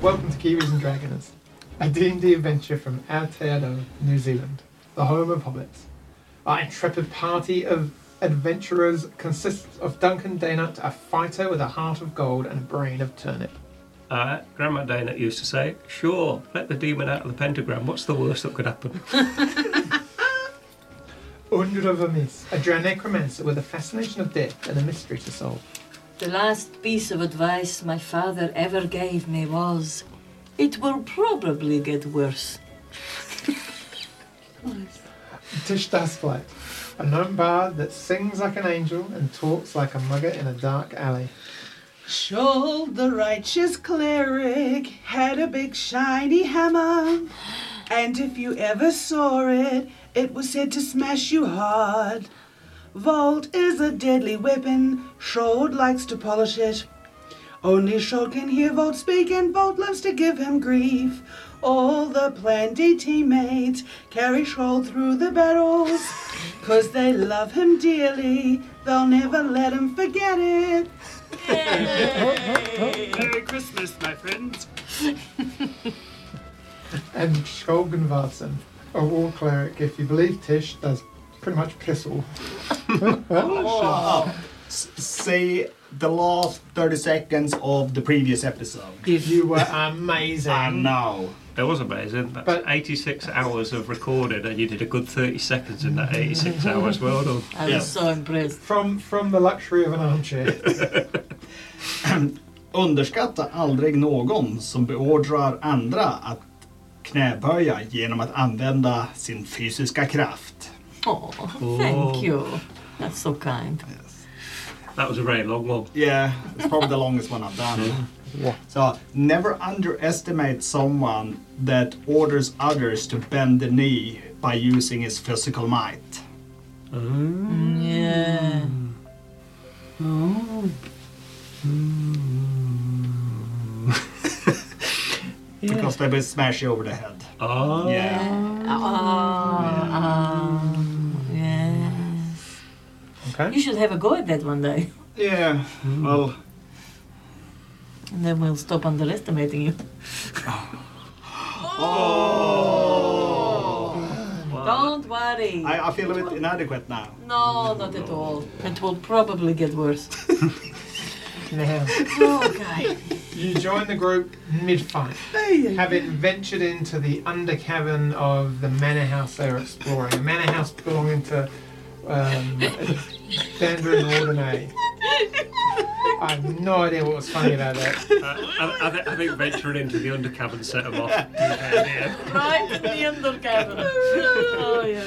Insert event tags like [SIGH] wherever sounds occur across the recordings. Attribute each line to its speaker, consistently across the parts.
Speaker 1: Kiwis and Dragoners, a D&D adventure from Aotearoa, New Zealand, the home of hobbits. Our intrepid party of adventurers consists of Duncan Daynut, a fighter with a heart of gold and a brain of turnip.
Speaker 2: Uh, Grandma Dana used to say, "Sure, let the demon out of the pentagram. What's the worst that could happen?"
Speaker 1: Undra Vermis, a drow necromancer with a fascination of death and a mystery to solve.
Speaker 3: The last piece of advice my father ever gave me was it will probably get worse.
Speaker 1: Tish Das Flight, a gnome bard that sings like an angel and talks like a mugger in a dark alley.
Speaker 4: Shoal, the righteous cleric, had a big shiny hammer. And if you ever saw it, it was said to smash you hard. Volt is a deadly weapon. Shold likes to polish it. Only Shold can hear Volt speak, and Volt loves to give him grief. All the Plan D teammates carry Shold through the battles, 'cause they love him dearly. They'll never let him forget it.
Speaker 2: Merry Christmas, my friends.
Speaker 1: And Skolgenvarsen, a war cleric, if you believe Tish, does pretty much piss all.
Speaker 5: Oh. S- say the last 30 seconds of the previous episode.
Speaker 1: You were amazing.
Speaker 5: [LAUGHS] I know.
Speaker 2: It was amazing. That's
Speaker 1: But-
Speaker 2: 86 hours of recorded, and you did a good 30 seconds in that 86 hours. Well done.
Speaker 3: I
Speaker 5: Yeah.
Speaker 3: was so impressed.
Speaker 1: From from the luxury of an armchair.
Speaker 5: Underskatta aldrig någon som beordrar andra att knäböja genom att använda sin fysiska kraft.
Speaker 3: Oh,
Speaker 2: Oh.
Speaker 3: thank you. That's so kind.
Speaker 2: That was a very long one.
Speaker 5: Yeah, it's probably the longest one I've done.
Speaker 1: Yeah.
Speaker 5: So never underestimate someone that orders others to bend the knee by using his physical might.
Speaker 3: Yeah.
Speaker 5: Because they will smash you over the head.
Speaker 2: Oh,
Speaker 5: Yeah.
Speaker 3: Ah, Oh, yeah.
Speaker 1: Okay.
Speaker 3: You should have a go at that one day, [LAUGHS]
Speaker 5: Yeah. Well,
Speaker 3: and then we'll stop underestimating you. Don't worry.
Speaker 5: I, I feel a bit inadequate now.
Speaker 3: No, not at all. It will probably get worse.
Speaker 1: Now
Speaker 3: Okay.
Speaker 1: you join the group mid fight. Having ventured into the undercavern of the manor house they were exploring. A manor house belonging to um, Dandrin Ordinary. I have no idea what was funny about that.
Speaker 2: Uh, I, I, thi- I think venturing into the undercabin set them off. Yeah.
Speaker 3: right in the undercover. oh, yeah.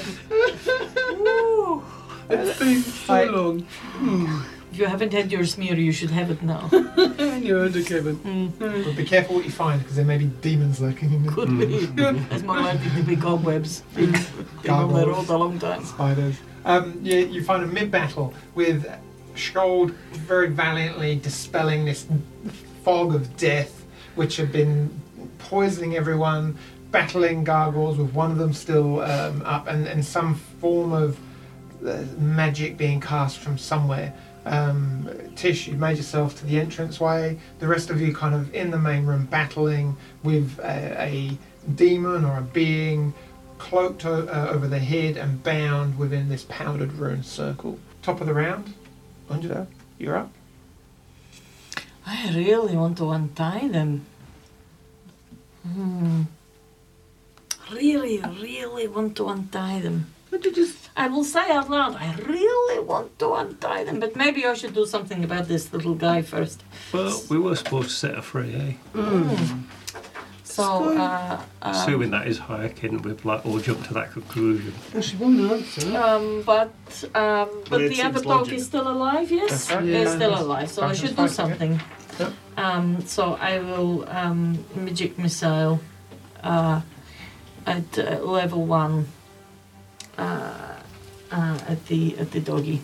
Speaker 3: Woo.
Speaker 1: It's been
Speaker 4: So long.
Speaker 3: If you haven't had your smear, you should have it now. [LAUGHS]
Speaker 4: And you're under Kevin.
Speaker 1: But be careful what you find because there may be demons lurking in the
Speaker 3: Could be. That's more likely to be cobwebs. Been on the road
Speaker 1: gargoyles,
Speaker 3: a long time.
Speaker 1: spiders. Um, you, you find a mid battle with Scold very valiantly dispelling this fog of death which had been poisoning everyone, battling gargoyles with one of them still um, up and, and some form of uh, magic being cast from somewhere. Um, Tish, you made yourself to the entranceway. The rest of you kind of in the main room battling with a, a demon or a being cloaked o- uh, over the head and bound within this powdered rune circle. Top of the round, Angela, you're up.
Speaker 3: I really want to untie them. Hmm. Really, really want to untie them.
Speaker 4: What did you s-
Speaker 3: I will say out loud, I really want to untie them, but maybe I should do something about this little guy first.
Speaker 2: Well, we were supposed to set her free, eh?
Speaker 3: So, uh,
Speaker 4: Um,
Speaker 3: uh,
Speaker 2: Assuming that is hierarchy, we've like all jumped to that conclusion.
Speaker 4: Oh, she won't answer.
Speaker 3: um, but um, but
Speaker 5: it
Speaker 3: the
Speaker 5: seems
Speaker 3: other bloke
Speaker 5: logical.
Speaker 3: is still alive. Yes,
Speaker 1: That's right.
Speaker 3: he's
Speaker 1: Yeah.
Speaker 3: still alive. So I should do
Speaker 1: Duncan's fighting
Speaker 3: something.
Speaker 1: Yep.
Speaker 3: Um, so I will um, magic missile uh, at uh, level one uh, uh, at the at the doggy,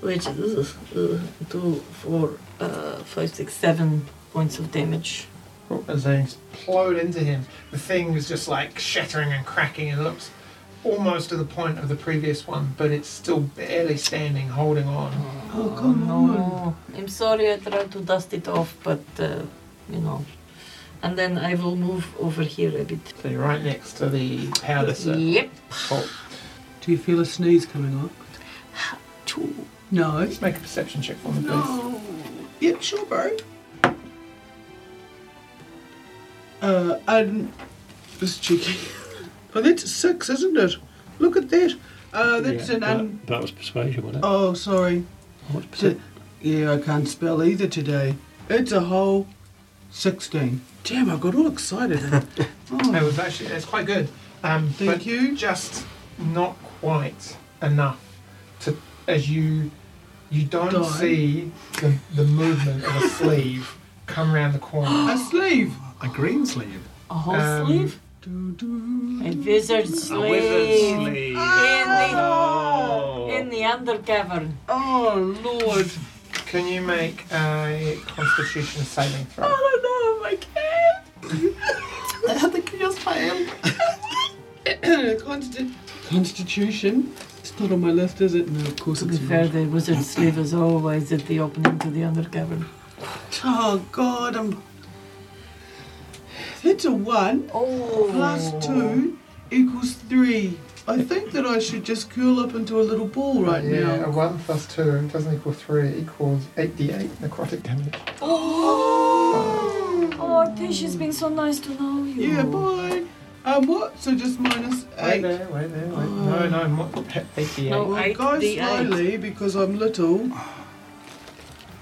Speaker 3: which is uh, two, four, uh, five, six, seven points of damage.
Speaker 1: Oh, as they explode into him. The thing is just like shattering and cracking and looks almost to the point of the previous one, but it's still barely standing, holding on.
Speaker 4: Oh, come
Speaker 3: no. I'm sorry I tried to dust it off, but uh, you know, and then I will move over here a bit.
Speaker 1: So you're right next to the powder set.
Speaker 3: Yep.
Speaker 1: Cool.
Speaker 4: Do you feel a sneeze coming on?
Speaker 3: Two.
Speaker 4: No.
Speaker 1: Just make a perception check for me, please.
Speaker 4: Yep, sure, bro. Uh, and this is [LAUGHS] cheeky. Oh, that's a six, isn't it? Look at that. Uh, that's
Speaker 2: Yeah,
Speaker 4: an
Speaker 2: that,
Speaker 4: un.
Speaker 2: that was persuasion, wasn't it?
Speaker 4: Oh, sorry.
Speaker 2: What's
Speaker 4: T-
Speaker 2: persuasion?
Speaker 4: yeah, I can't spell either today. It's a whole sixteen. Damn, I got all excited. [LAUGHS]
Speaker 1: It
Speaker 4: oh,
Speaker 1: was actually it's quite good. Um,
Speaker 4: Thank
Speaker 1: but
Speaker 4: you.
Speaker 1: Just not quite enough to as you you don't
Speaker 4: Die.
Speaker 1: see the, the movement of a sleeve come round the
Speaker 4: [GASPS]
Speaker 1: corner.
Speaker 4: a sleeve.
Speaker 5: A green sleeve.
Speaker 3: A whole
Speaker 1: Um,
Speaker 3: sleeve? A wizard
Speaker 2: A
Speaker 3: sleeve.
Speaker 2: wizard's sleeve.
Speaker 1: Ah.
Speaker 3: In the,
Speaker 2: Oh.
Speaker 3: in the undercavern.
Speaker 4: Oh Lord.
Speaker 1: Can you make a Constitution saving throw?
Speaker 4: Oh, I don't know if [LAUGHS]
Speaker 5: I think you just failed.
Speaker 4: I can. [COUGHS] Consti- Constitution. It's not on my list, is it? No, of course
Speaker 3: To be
Speaker 4: it's
Speaker 3: fair,
Speaker 4: not.
Speaker 3: the wizard sleeve is always at the opening to the undercavern.
Speaker 4: Oh God, I'm. That's a one
Speaker 3: Oh.
Speaker 4: plus two equals three. I think that I should just curl up into a little ball right
Speaker 1: yeah, a
Speaker 4: now.
Speaker 1: one plus two doesn't equal three equals eight d eight necrotic damage.
Speaker 3: Oh, Tish, it's been so nice to know you.
Speaker 4: Yeah, boy. Um, what? So just minus
Speaker 1: Wait
Speaker 4: eight.
Speaker 1: there, wait there, wait.
Speaker 4: Oh.
Speaker 1: No, no, mo- eight d eight.
Speaker 3: No.
Speaker 4: Well,
Speaker 3: Eight
Speaker 4: go
Speaker 3: D eight.
Speaker 4: slowly because I'm little.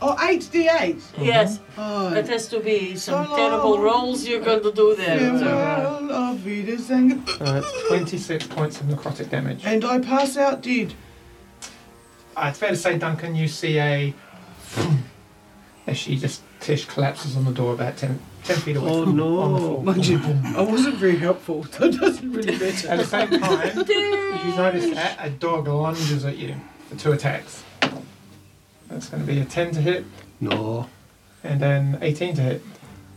Speaker 4: Oh, eight d eight.
Speaker 3: Mm-hmm. Yes,
Speaker 4: Oh.
Speaker 3: that has to be some
Speaker 4: So
Speaker 3: terrible
Speaker 4: long.
Speaker 3: rolls you're going to do there.
Speaker 4: Farewell, auf Wiedersehen.
Speaker 1: So it's twenty six points of necrotic damage.
Speaker 4: And I pass out dead.
Speaker 1: Uh, it's fair to say, Duncan, you see a. hmm, as she just. Tish collapses on the door about 10, 10 feet away.
Speaker 4: Oh,
Speaker 1: from-
Speaker 4: no.
Speaker 1: On the floor.
Speaker 4: Mind you, I wasn't very helpful. [LAUGHS] That doesn't really matter.
Speaker 1: At the same time, you notice that a dog lunges at you for two attacks. That's going to be a 10 to hit
Speaker 2: No.
Speaker 1: and then 18 to hit.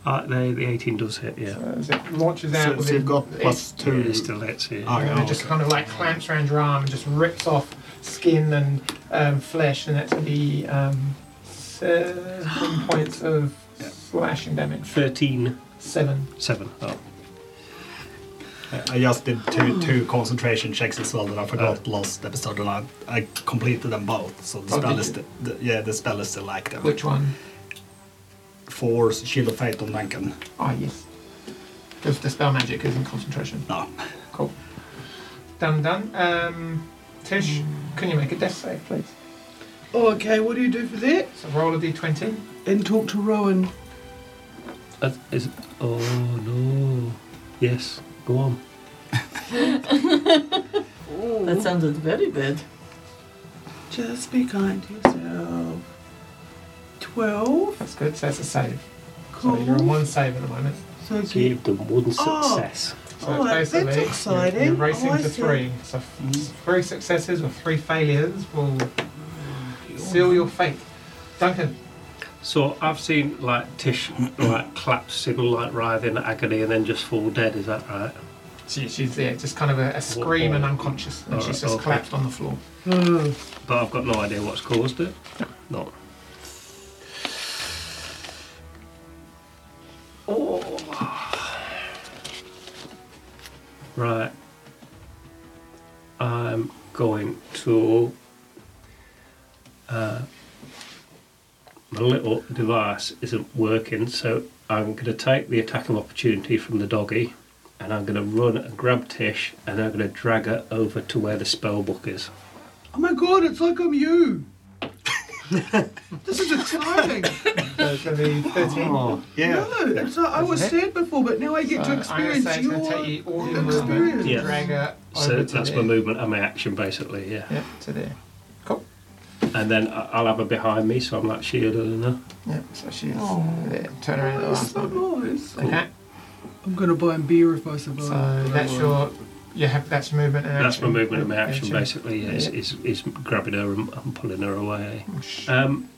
Speaker 1: Uh,
Speaker 2: Uh, the, the 18 does hit, yeah.
Speaker 1: As it launches out.
Speaker 5: So,
Speaker 1: with
Speaker 5: so you've
Speaker 1: it-
Speaker 5: got
Speaker 1: it's-
Speaker 5: plus two.
Speaker 2: Yeah, it still hits, yeah.
Speaker 5: Oh,
Speaker 1: And it just kind of like clamps around your arm and just rips off skin and um, flesh, and that's going to be um, seven points of
Speaker 5: Yeah.
Speaker 1: slashing damage.
Speaker 2: 13,
Speaker 1: Seven.
Speaker 2: 7. Oh.
Speaker 5: I just did two, two concentration checks as well that I forgot last episode, and I, I completed them both. So the
Speaker 1: Oh,
Speaker 5: spell
Speaker 1: did
Speaker 5: is
Speaker 1: you?
Speaker 5: sti- the, yeah, the spell is still active.
Speaker 1: Which one?
Speaker 5: For shield of fate on Duncan.
Speaker 1: Ah, yes. Because dispel magic is in concentration.
Speaker 5: No,
Speaker 1: Cool. Done, done. Um, Tish, can you make a death save, please?
Speaker 4: Oh, okay, what do you do for that?
Speaker 1: So roll a d20.
Speaker 4: And talk to Rowan.
Speaker 2: Uh, is, oh, no. Yes, go on.
Speaker 3: That sounded very bad.
Speaker 4: Just be kind to yourself. Twelve.
Speaker 1: That's good. So that's a save.
Speaker 4: Cool.
Speaker 1: So you're on one save at the moment.
Speaker 4: So it's
Speaker 2: Gave them one success.
Speaker 1: So
Speaker 4: Oh,
Speaker 1: it's
Speaker 4: that's
Speaker 1: basically you're-
Speaker 4: exciting.
Speaker 1: You're, racing
Speaker 4: Oh, I
Speaker 1: to
Speaker 4: see.
Speaker 1: three. So f- three successes or three failures will seal your fate. Duncan,
Speaker 2: So I've seen, like, Tish, like, clap, signal, like, writhing agony and then just fall dead, is that right?
Speaker 1: she, she's there, just kind of a, a scream and unconscious, and
Speaker 2: Alright,
Speaker 1: she's just
Speaker 2: okay.
Speaker 1: collapsed on the floor.
Speaker 4: Oh,
Speaker 2: But I've got no idea what's caused it. No. Right. I'm going to. Uh, my little device isn't working, so I'm going to take the attack of opportunity from the doggy and I'm going to run and grab Tish and I'm going to drag her over to where the spell book is.
Speaker 4: oh my god, it's like I'm you. this is
Speaker 1: [LAUGHS]
Speaker 4: exciting.
Speaker 1: So it's going to be 13.
Speaker 5: yeah.
Speaker 4: No, it's like I was sad before, but now I get to
Speaker 1: So I'm going
Speaker 4: experience
Speaker 1: to say it's
Speaker 4: your.
Speaker 1: going to take you all your
Speaker 4: experience.
Speaker 1: movement to
Speaker 2: Yes.
Speaker 1: drag her over
Speaker 2: So
Speaker 1: to
Speaker 2: that's
Speaker 1: there.
Speaker 2: my movement and my action, basically, yeah.
Speaker 1: Yeah, to there. Cool.
Speaker 2: And then I- I'll have her behind me, so I'm like shielded and her.
Speaker 1: Yeah, so she's
Speaker 3: Oh.
Speaker 1: there. Turn around at the
Speaker 4: Oh, [LAUGHS] it's
Speaker 1: last
Speaker 4: so
Speaker 1: moment.
Speaker 4: nice.
Speaker 1: Okay,
Speaker 4: I'm gonna buy him beer if I survive.
Speaker 1: so that's your. You have that's your movement and
Speaker 2: That's my
Speaker 1: action.
Speaker 2: movement and my action, basically, yeah, is,
Speaker 1: Yeah.
Speaker 2: is, is grabbing her and, and pulling her away.
Speaker 1: Oh, Sh-
Speaker 2: Um,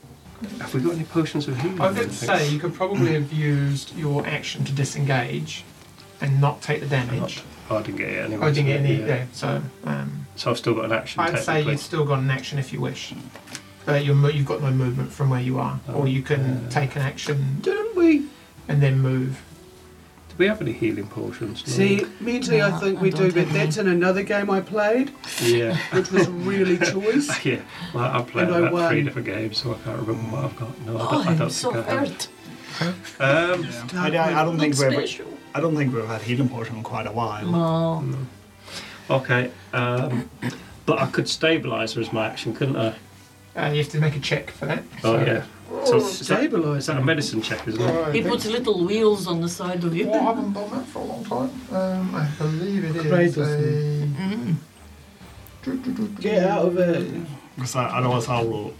Speaker 2: have we got any potions of healing?
Speaker 1: I
Speaker 2: or
Speaker 1: was going to
Speaker 2: anything?
Speaker 1: say you could probably have used your action to disengage, and not take the damage.
Speaker 2: Oh, I didn't get it anyway.
Speaker 1: Oh, didn't get any.
Speaker 2: Yeah.
Speaker 1: Yeah. So um,
Speaker 2: So I've still got an action,
Speaker 1: I'd say
Speaker 2: technically.
Speaker 1: you've still got an action if you wish, but you're, mo- you've got no
Speaker 2: Oh,
Speaker 1: movement from where you are, or you can take an action
Speaker 4: Didn't we?
Speaker 1: and then move.
Speaker 2: Do we have any healing potions? No.
Speaker 4: See, mentally, I
Speaker 3: No,
Speaker 4: think
Speaker 3: I
Speaker 4: we
Speaker 3: don't
Speaker 4: do, but
Speaker 3: have
Speaker 4: that's in another game I played,
Speaker 2: Yeah. [LAUGHS]
Speaker 4: which was really
Speaker 1: [LAUGHS]
Speaker 4: choice.
Speaker 2: Yeah, well, I've played
Speaker 4: And I
Speaker 2: about three
Speaker 4: won.
Speaker 2: different games, so I can't remember what I've got. No, I
Speaker 3: Oh,
Speaker 2: don't, I
Speaker 3: I'm
Speaker 2: don't
Speaker 3: so
Speaker 2: think I have.
Speaker 3: hurt.
Speaker 2: Um,
Speaker 5: Yeah. I, I- I don't think
Speaker 3: Not
Speaker 5: we've
Speaker 3: special.
Speaker 5: I don't think we've had healing potion in quite a while.
Speaker 3: No.
Speaker 4: Mm.
Speaker 2: okay, um, but I could stabilise her as my action, couldn't I?
Speaker 1: Uh, you have to make a check for that.
Speaker 2: Oh,
Speaker 1: So-
Speaker 2: yeah. So, is that, is
Speaker 4: Stabilise.
Speaker 2: that a medicine check, isn't it?
Speaker 1: Oh, I
Speaker 3: He
Speaker 1: think-
Speaker 3: puts little wheels on the side of you.
Speaker 1: Well, I haven't done that for a long time. Um, I believe it is
Speaker 4: Kratos.
Speaker 1: a...
Speaker 3: Mm.
Speaker 4: Get out of it.
Speaker 5: Because I, otherwise I'll roll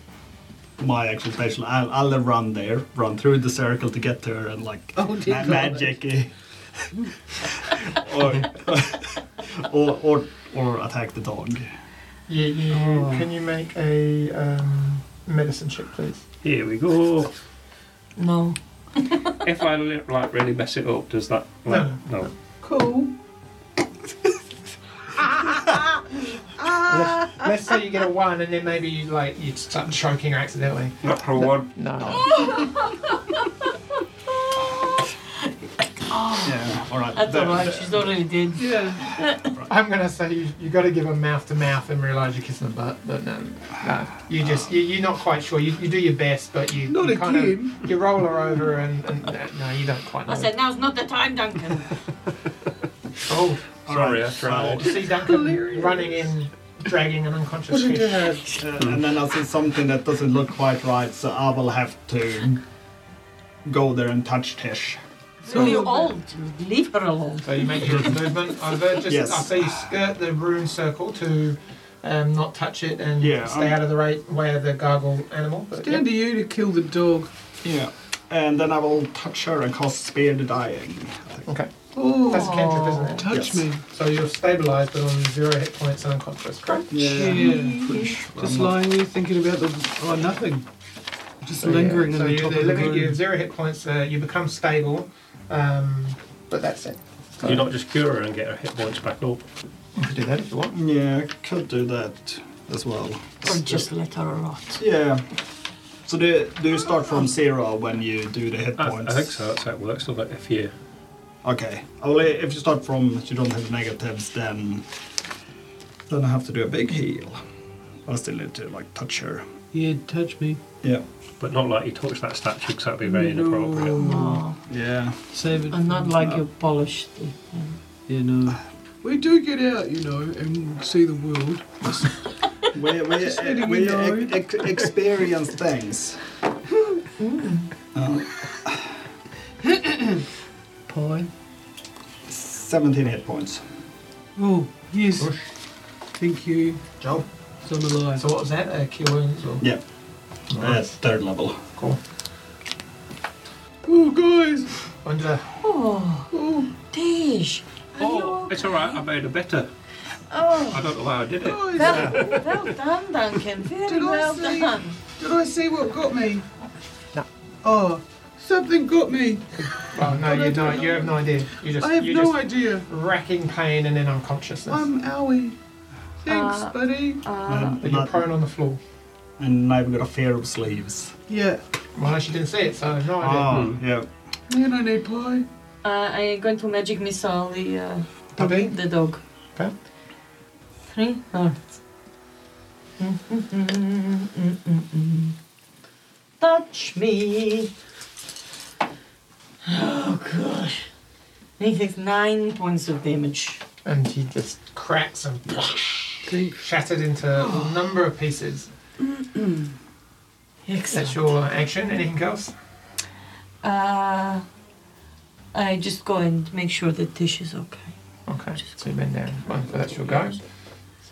Speaker 5: my action special. I'll, I'll run there, run through the circle to get to her and like
Speaker 4: Oh, dear
Speaker 5: ma-
Speaker 4: God.
Speaker 5: magic. eh. [LAUGHS] or, or, or, or attack the dog.
Speaker 1: You, you,
Speaker 4: Oh.
Speaker 1: Can you make a um, medicine check,
Speaker 3: [LAUGHS]
Speaker 1: please?
Speaker 2: Here we go.
Speaker 3: No.
Speaker 2: if I li- like really mess it up, does that?
Speaker 1: No,
Speaker 2: Like, no.
Speaker 4: Cool.
Speaker 1: Let's say you get a one, and then maybe you like you start choking accidentally.
Speaker 2: Natural one.
Speaker 1: No.
Speaker 3: [LAUGHS]
Speaker 5: Yeah, all right.
Speaker 3: That's
Speaker 5: there-
Speaker 3: alright,
Speaker 5: there-
Speaker 3: she's already dead.
Speaker 4: Yeah.
Speaker 1: I'm gonna say you, you got to give a mouth to mouth and realise you're kissing a butt, but no, no. You just you, you're not quite sure. You, you do your best, but you
Speaker 4: Not
Speaker 1: you kind
Speaker 4: again.
Speaker 1: of you roll her over, and, and uh, no, you don't quite know.
Speaker 3: I said, now's not the time,
Speaker 4: [LAUGHS]
Speaker 3: Duncan.
Speaker 1: oh,
Speaker 5: all
Speaker 2: Sorry,
Speaker 5: right,
Speaker 2: I tried.
Speaker 1: you see Duncan running in, dragging an unconscious fish.
Speaker 5: Uh, and then I see something that doesn't look quite right, so I will have to go there and touch Tish.
Speaker 3: so you all leave her alone.
Speaker 1: So you make your movement over. Just
Speaker 5: Yes.
Speaker 1: I say you skirt the rune circle to um, not touch it and
Speaker 5: Yeah, um,
Speaker 1: stay
Speaker 5: I'm-
Speaker 1: out of the right way of the gargoyle animal. But,
Speaker 4: Down
Speaker 1: yeah.
Speaker 4: to you to kill the dog.
Speaker 5: Yeah. And then I will touch her and cast Spear the Dying.
Speaker 1: Okay,
Speaker 4: Oh,
Speaker 1: that's a cantrip, isn't it?
Speaker 5: Yes.
Speaker 4: touch me.
Speaker 1: So you're stabilised, but on zero hit points and unconscious. Correct.
Speaker 4: Yeah. Just lying there thinking about the oh nothing. Just
Speaker 1: So, yeah.
Speaker 4: lingering
Speaker 1: So
Speaker 4: in the
Speaker 1: you,
Speaker 4: top
Speaker 1: the
Speaker 4: of the
Speaker 1: limit, you have
Speaker 4: room.
Speaker 1: zero hit points. Uh, you become stable, um, but that's it.
Speaker 2: Can you not just cure her and get her hit points back up?
Speaker 1: You can do that if you want.
Speaker 5: Yeah, I could do that as well.
Speaker 2: Oh,
Speaker 3: Or just let her rot.
Speaker 5: Yeah. So do, do you start from zero when you do the hit
Speaker 2: I,
Speaker 5: points?
Speaker 2: I think so. That's how it works, doesn't it? If you
Speaker 5: Okay. Only if you start from you don't have negatives, then then I have to do a big heal. I still need to like touch her.
Speaker 4: Yeah, touch me.
Speaker 5: Yeah.
Speaker 2: But not like you touch that statue because that'd be very
Speaker 4: No.
Speaker 2: inappropriate.
Speaker 3: No.
Speaker 5: Yeah.
Speaker 4: Save it.
Speaker 3: Oh, And not
Speaker 4: for-
Speaker 3: like you polished it.
Speaker 4: Yeah, no. We do get out, you know, and see the world.
Speaker 5: [LAUGHS] We, we,
Speaker 2: [LAUGHS]
Speaker 4: letting
Speaker 5: we
Speaker 4: you know.
Speaker 5: ex- ex- experience things. Uh,
Speaker 4: Pie.
Speaker 5: 17 hit points.
Speaker 4: Oh, yes. Thank you.
Speaker 1: Joel.
Speaker 4: So I'm alive.
Speaker 1: So what was that? Uh, cure wounds or
Speaker 5: Yeah. Uh,
Speaker 1: Nice.
Speaker 5: third level.
Speaker 1: cool.
Speaker 4: Oh, guys.
Speaker 1: Under
Speaker 3: Oh,
Speaker 4: Oh,
Speaker 3: Tish. are
Speaker 2: Oh,
Speaker 3: you-
Speaker 2: it's all right. I made her better.
Speaker 3: Oh,
Speaker 4: [LAUGHS]
Speaker 2: I don't know how I did it.
Speaker 4: guys.
Speaker 3: well, well done, Duncan. Very
Speaker 4: Did I
Speaker 3: well
Speaker 4: say-
Speaker 3: done.
Speaker 4: Did I see what got me? No. Oh, something got me.
Speaker 1: well, Oh, no, you don't. You have no idea. You just
Speaker 4: I have
Speaker 1: you
Speaker 4: no
Speaker 1: just
Speaker 4: idea.
Speaker 1: racking pain and then unconsciousness.
Speaker 4: I'm owie. Thanks,
Speaker 3: Uh,
Speaker 4: buddy.
Speaker 3: Uh,
Speaker 1: but you're prone on the floor.
Speaker 5: and now we've got a fear of sleeves.
Speaker 4: Yeah.
Speaker 1: Well, she didn't see it, so no idea.
Speaker 2: Ah.
Speaker 5: yeah.
Speaker 4: Man, I need pie.
Speaker 3: uh, I'm going to magic missile the, uh,
Speaker 1: Puppy?
Speaker 3: the dog.
Speaker 1: Okay.
Speaker 3: Three hearts. Mm-mm-mm-mm-mm-mm-mm. Touch me. Oh gosh. He takes nine points of damage.
Speaker 1: And he just cracks and
Speaker 4: Thanks.
Speaker 1: shattered into a number of pieces. That's
Speaker 3: Excellent.
Speaker 1: your action. Anything else?
Speaker 3: Uh, I just go and make sure that Tish is okay.
Speaker 1: Okay, so you bend down. Well, so that's your go.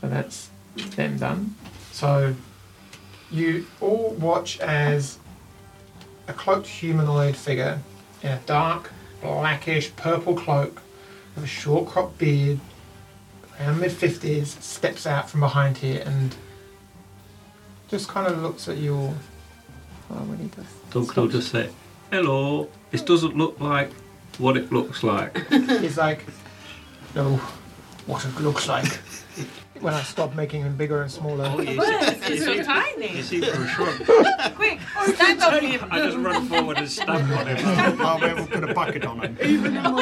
Speaker 1: So that's them done. So you all watch as a cloaked humanoid figure in a dark, blackish, purple cloak with a short cropped beard, around mid 50s, steps out from behind here and just kind of looks at you all. Oh, when he does.
Speaker 2: [LAUGHS] Duncan will just say, "Hello." This doesn't look like what it looks like.
Speaker 1: He's like, no, "Oh, what it looks like when I stop making him bigger and smaller.
Speaker 3: But it's so
Speaker 2: You
Speaker 3: tiny.
Speaker 2: see for a shrug. [LAUGHS]
Speaker 3: Quick, stand on him.
Speaker 2: I just run forward and stamp on him.
Speaker 5: I'll be able to put a bucket on him.
Speaker 3: Put down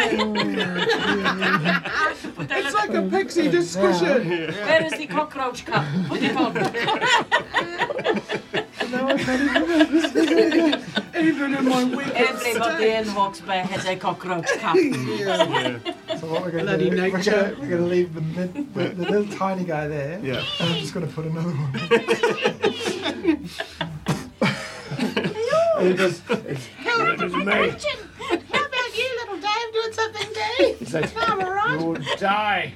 Speaker 1: It's
Speaker 3: a-
Speaker 1: like a pixie discussion.
Speaker 3: Where is the cockroach cup? Put it on.
Speaker 1: No, I can't even remember. even in my weakest
Speaker 3: Everybody
Speaker 1: state.
Speaker 3: in Hawkesbury has a cockroach cup.
Speaker 1: Yeah.
Speaker 6: So what we're going to
Speaker 4: Bloody
Speaker 6: do, we're
Speaker 4: nature.
Speaker 6: gonna-
Speaker 1: [LAUGHS]
Speaker 6: we're going to leave the, mid, the, the little tiny guy there,
Speaker 5: Yeah.
Speaker 6: and I'm just going to put another one.
Speaker 1: And it just-
Speaker 2: It was me.
Speaker 7: How about you, little Dave, doing something, Dave?
Speaker 1: it's like,
Speaker 7: I'm alright.
Speaker 1: You'll die.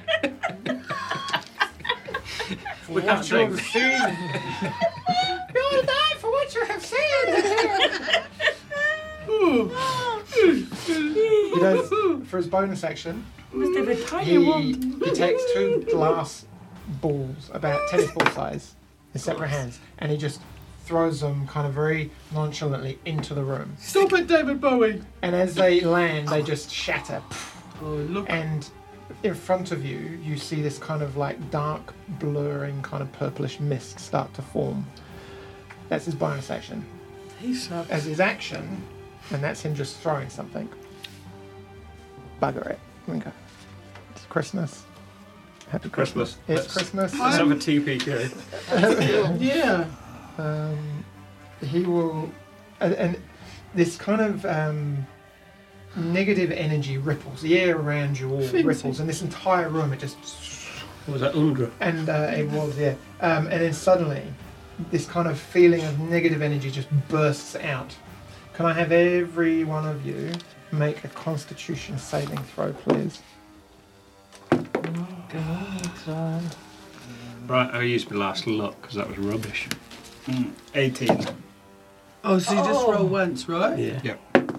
Speaker 1: For
Speaker 2: We
Speaker 1: what
Speaker 2: can't
Speaker 1: you have
Speaker 2: take-
Speaker 1: seen.
Speaker 7: You'll die for what you have said.
Speaker 1: He does, for his bonus action,
Speaker 3: Must have a tiny
Speaker 1: he,
Speaker 3: one.
Speaker 1: he takes two glass balls, about tennis ball size, in separate hands, and he just throws them kind of very nonchalantly into the room.
Speaker 4: Stop it, David Bowie.
Speaker 1: And as they land, they just shatter.
Speaker 4: Oh, look.
Speaker 1: And in front of you, you see this kind of like dark, blurring, kind of purplish mist start to form. That's his bonus action.
Speaker 4: He sucks.
Speaker 1: As his action, and that's him just throwing something. Bugger it. Okay. It's Christmas. Happy Christmas.
Speaker 2: Christmas.
Speaker 1: It's Christmas.
Speaker 2: Let's have a TPK.
Speaker 4: Yeah.
Speaker 1: um, he will, and, and this kind of um, negative energy ripples. The air around you all ripples, and this entire room it just
Speaker 2: What was that, Undra?
Speaker 1: and uh, it was yeah. Um, and then suddenly, this kind of feeling of negative energy just bursts out. Can I have every one of you make a Constitution saving throw, please?
Speaker 2: Right, I used my last luck because that was rubbish.
Speaker 5: Mm, 18.
Speaker 4: Oh, so you just
Speaker 3: Oh.
Speaker 4: roll once, right?
Speaker 2: Yeah.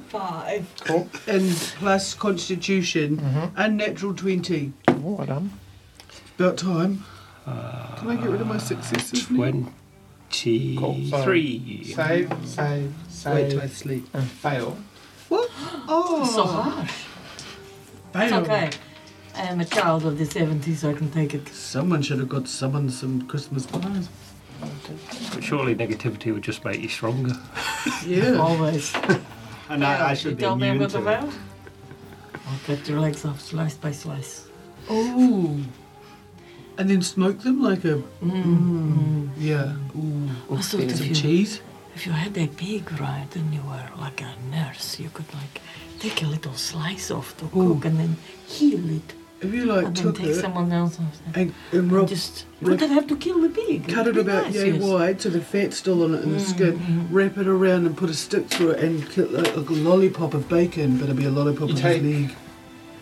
Speaker 3: Five.
Speaker 1: Cool.
Speaker 4: And plus Constitution
Speaker 3: Mm-hmm.
Speaker 1: Mhm.
Speaker 4: and natural twenty.
Speaker 1: Oh, well done.
Speaker 4: About time. Uh, Can I get rid of my successes? now?
Speaker 2: Twenty-three.
Speaker 1: Save, save,
Speaker 4: Wait till I
Speaker 1: save,
Speaker 4: sleep.
Speaker 1: and fail.
Speaker 4: What? Oh,
Speaker 3: It's so harsh. It's okay. I am a child of the 70s, so I can take it.
Speaker 4: Someone should have got someone some Christmas cards.
Speaker 2: But surely negativity would just make you stronger.
Speaker 4: Yeah.
Speaker 3: Always.
Speaker 5: And I, I should
Speaker 3: you
Speaker 5: be
Speaker 3: tell me I'm
Speaker 5: immune
Speaker 3: going to
Speaker 5: to it.
Speaker 3: fail? I'll cut your legs off slice by slice.
Speaker 4: Oh. And then smoke them like a. Mm. Yeah. Ooh.
Speaker 3: I thought
Speaker 4: Some
Speaker 3: if you,
Speaker 4: cheese.
Speaker 3: if you had a big ride and you were like a nurse, you could like take a little slice off to cook and then heal it.
Speaker 4: If you like
Speaker 3: and then
Speaker 4: took
Speaker 3: take
Speaker 4: it
Speaker 3: someone else off.
Speaker 4: and, and rub,
Speaker 3: Just, you
Speaker 4: rub-
Speaker 3: wouldn't have to kill the pig.
Speaker 4: cut
Speaker 3: would
Speaker 4: it
Speaker 3: be
Speaker 4: about
Speaker 3: nice,
Speaker 4: yay
Speaker 3: yes. Mm. Mm-hmm.
Speaker 4: wide so the fat's still on it and the skin, wrap it around and put a stick through it and cut like a lollipop of bacon, but it'd be a lollipop
Speaker 1: You
Speaker 4: of
Speaker 1: take-
Speaker 4: his leg.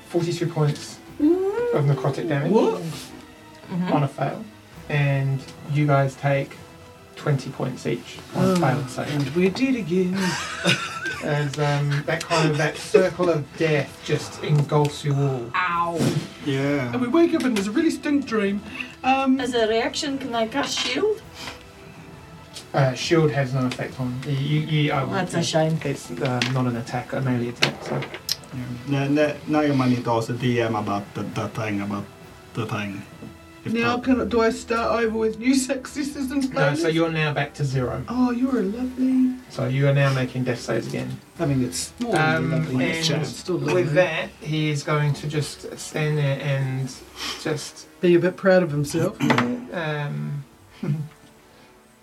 Speaker 1: 42 points of necrotic damage
Speaker 4: What?
Speaker 3: Mm-hmm.
Speaker 1: on a fail, and you guys take 20 points each on
Speaker 4: Oh.
Speaker 1: a failed
Speaker 4: And
Speaker 1: save.
Speaker 4: we're dead
Speaker 1: [LAUGHS]
Speaker 4: again.
Speaker 1: As um, that kind of that circle of death just engulfs you all.
Speaker 3: Ow.
Speaker 5: Yeah.
Speaker 4: and we wake up and there's a really stink dream. Um,
Speaker 3: As a reaction, can I cast shield?
Speaker 1: Uh, shield has no effect on you. you, you I would-
Speaker 3: That's a shame.
Speaker 1: It's uh, not an attack, a melee attack. So
Speaker 5: Now, now, now you might need to ask the DM about the, the thing, about the thing. If
Speaker 4: now
Speaker 5: that-
Speaker 4: can, do I start over with new successes and
Speaker 1: no,
Speaker 4: failures?
Speaker 1: so you're now back to zero.
Speaker 4: Oh, you're a lovely.
Speaker 1: So you are now making death saves again.
Speaker 4: I mean, it's more
Speaker 1: Um,
Speaker 4: than lovely. It's
Speaker 1: and
Speaker 4: just still lovely.
Speaker 1: With that, he is going to just stand there and just
Speaker 4: be a bit proud
Speaker 1: [COUGHS]
Speaker 4: of himself.
Speaker 1: um, [LAUGHS]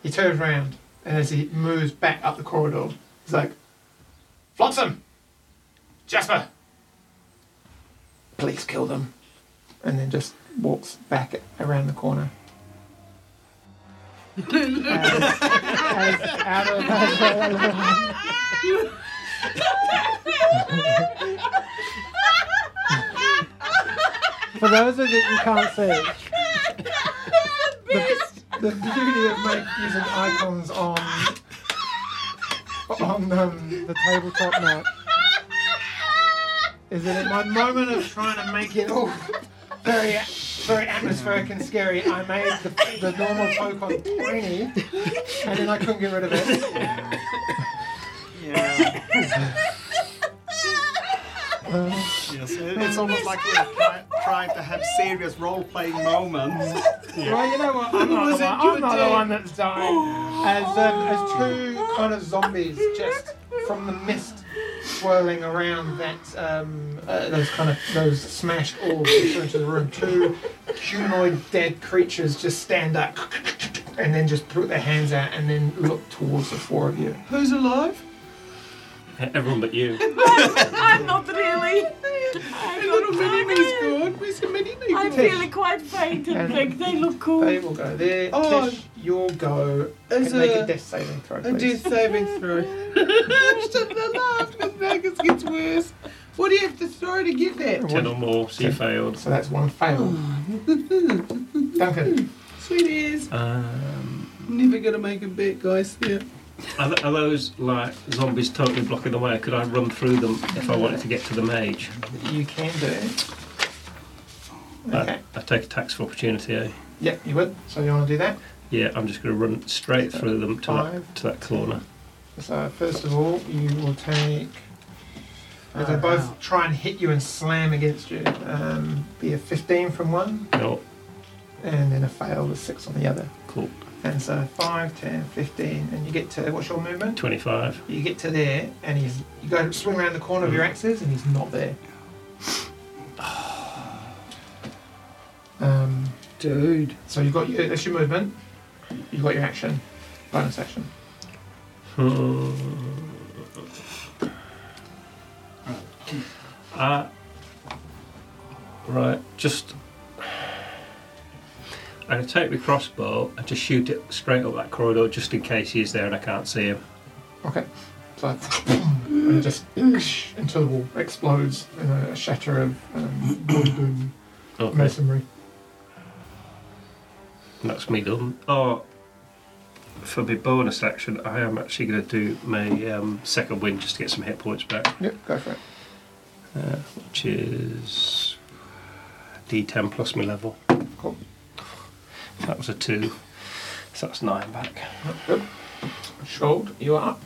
Speaker 1: he turns around and as he moves back up the corridor, he's like, Flotsam! Jasper! Please kill them. And then just walks back around the corner. As- as out of-
Speaker 6: For those of you that you can't see,
Speaker 1: the beauty of make using icons on on um,
Speaker 6: the tabletop map,
Speaker 1: is that in my moment of trying to make it all very very atmospheric and scary, I made the, the normal Pokemon tiny, and then I couldn't get rid of it.
Speaker 5: Yeah. [LAUGHS] yes, it- it's almost like you're, apply, trying to have serious role playing moments.
Speaker 1: Well, you know what? I'm not, the one, I'm not the one that's dying. As, um, as two kind of zombies just from the mist swirling around that um, uh, those kind of those smash orbs enter into the room. Two humanoid dead creatures just stand up and then just put their hands out and then look towards the four of you.
Speaker 4: Who's alive?
Speaker 2: [LAUGHS] Everyone but you.
Speaker 3: I'm not really.
Speaker 4: A little mini me's gone. Where's the mini me?
Speaker 3: I'm
Speaker 1: Tish.
Speaker 3: feeling quite faint and
Speaker 1: And-
Speaker 3: big. They look
Speaker 1: They
Speaker 3: cool.
Speaker 1: will go there.
Speaker 4: Oh.
Speaker 1: Tish, you'll go and
Speaker 4: As
Speaker 1: make
Speaker 4: a-
Speaker 1: a death saving throw,
Speaker 4: A
Speaker 1: please.
Speaker 4: death saving throw. I shouldn't have laughed because Vegas gets worse. What do you have to throw to get that?
Speaker 2: Ten or more, so you failed.
Speaker 1: So that's one
Speaker 4: [LAUGHS]
Speaker 1: fail. Duncan,
Speaker 4: Sweeties.
Speaker 2: Um,
Speaker 4: Never gonna make a bet, guys. Yeah.
Speaker 2: are, th- are those like zombies totally blocking the way? Could I run through them if I wanted to get to the mage?
Speaker 1: you can do it. Okay.
Speaker 2: I, I take attacks for opportunity. Eh?
Speaker 1: Yep, you would. So you want to do that?
Speaker 2: Yeah, I'm just going to run straight through them to
Speaker 1: Five.
Speaker 2: that, to that corner.
Speaker 1: So first of all, you will take. as they both try and hit you and slam against you. Um, be a 15 from one,
Speaker 2: No,
Speaker 1: and then a fail with six on the other.
Speaker 2: cool.
Speaker 1: And so 5, 10, 15, and you get to what's your movement?
Speaker 2: Twenty-five.
Speaker 1: You get to there, and he's you go swing around the corner of your axes, and he's not there. [SIGHS] Um,
Speaker 4: Dude.
Speaker 1: so you've got your that's your movement. You've got your action, bonus action.
Speaker 2: Hmm. Uh, right, just. I'm going to take my crossbow and just shoot it straight up that corridor just in case he is there and I can't see him.
Speaker 1: Okay. So and it just [CLEARS THROAT] into the wall, explodes in a shatter of um, wood and masonry.
Speaker 2: That's me done. Oh, for my bonus action, I am actually going to do my um, second win just to get some hit points back,
Speaker 1: Yep, go for it.
Speaker 2: uh, which is D10 plus my level.
Speaker 1: Cool.
Speaker 2: That was a two, so that's nine back.
Speaker 1: Shold, you are up.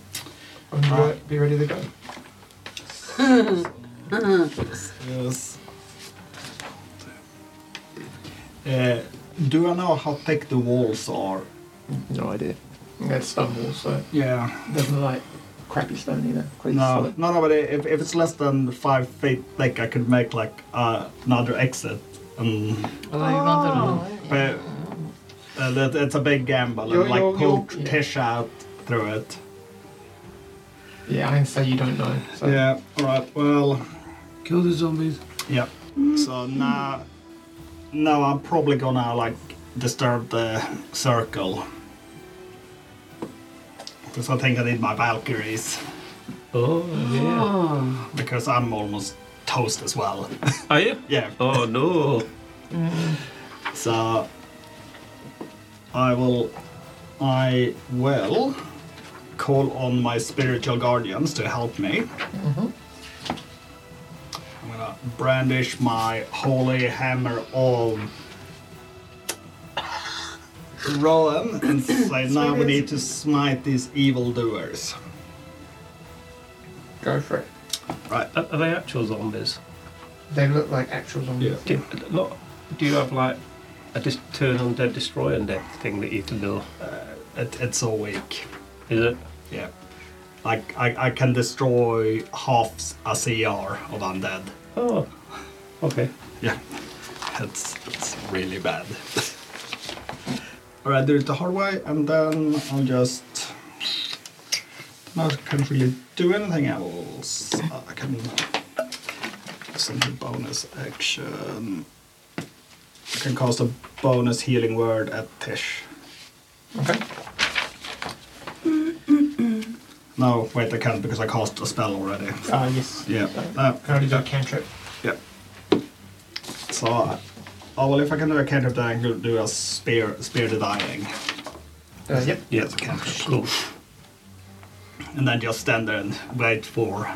Speaker 1: And you, uh, be ready to go.
Speaker 5: Yes. Uh, do I know how thick the walls are?
Speaker 1: No idea. That's stone wall, so
Speaker 5: Yeah.
Speaker 1: doesn't like crappy stone either. Quite
Speaker 5: No,
Speaker 1: solid.
Speaker 5: no, no, but if, if it's less than five feet thick, I could make like uh, another exit. And, Oh. but uh, that, it's a big gamble.
Speaker 1: You're-
Speaker 5: and like
Speaker 1: you're-
Speaker 5: poke
Speaker 1: you're- yeah.
Speaker 5: Tish out through it.
Speaker 1: Yeah, I can say you don't know. So.
Speaker 5: Yeah, alright, well,
Speaker 2: Kill the zombies.
Speaker 5: yeah. So now, now I'm probably gonna like disturb the circle. Because I think I need my Valkyries.
Speaker 2: Oh, yeah.
Speaker 5: Because I'm almost toast as well. [LAUGHS]
Speaker 2: Are you?
Speaker 5: yeah.
Speaker 2: Oh, no.
Speaker 5: So I will I will call on my spiritual guardians to help me. I'm gonna brandish my holy hammer of Rowan and say now we need to smite these evildoers.
Speaker 1: Go for it.
Speaker 5: Right.
Speaker 2: Are, are they actual zombies?
Speaker 1: They look like actual zombies.
Speaker 5: Yeah.
Speaker 2: Do, not, do you have, like, a dis- turn on dead, destroy undead thing that you can do?
Speaker 5: It, it's so weak.
Speaker 2: Is it?
Speaker 5: Yeah. Like I, I can destroy half a CR of undead.
Speaker 2: Oh, okay.
Speaker 5: Yeah, it's, it's really bad. [LAUGHS] Alright, do it the hard way, and then I'll just. I can't really do anything else. I can. Send a bonus action. I can cast a bonus healing word at Tish.
Speaker 1: Okay.
Speaker 5: No, wait, I can't because I cast a spell already.
Speaker 1: Ah, yes.
Speaker 5: Yeah.
Speaker 1: Can
Speaker 5: no,
Speaker 1: I do a cantrip?
Speaker 5: yeah. So, I- oh well, if I can do a cantrip, then I can do a spear, spear the dying.
Speaker 1: Uh, yep.
Speaker 2: Yeah,
Speaker 5: That's a cantrip.
Speaker 2: Cool.
Speaker 5: and then just stand there and wait for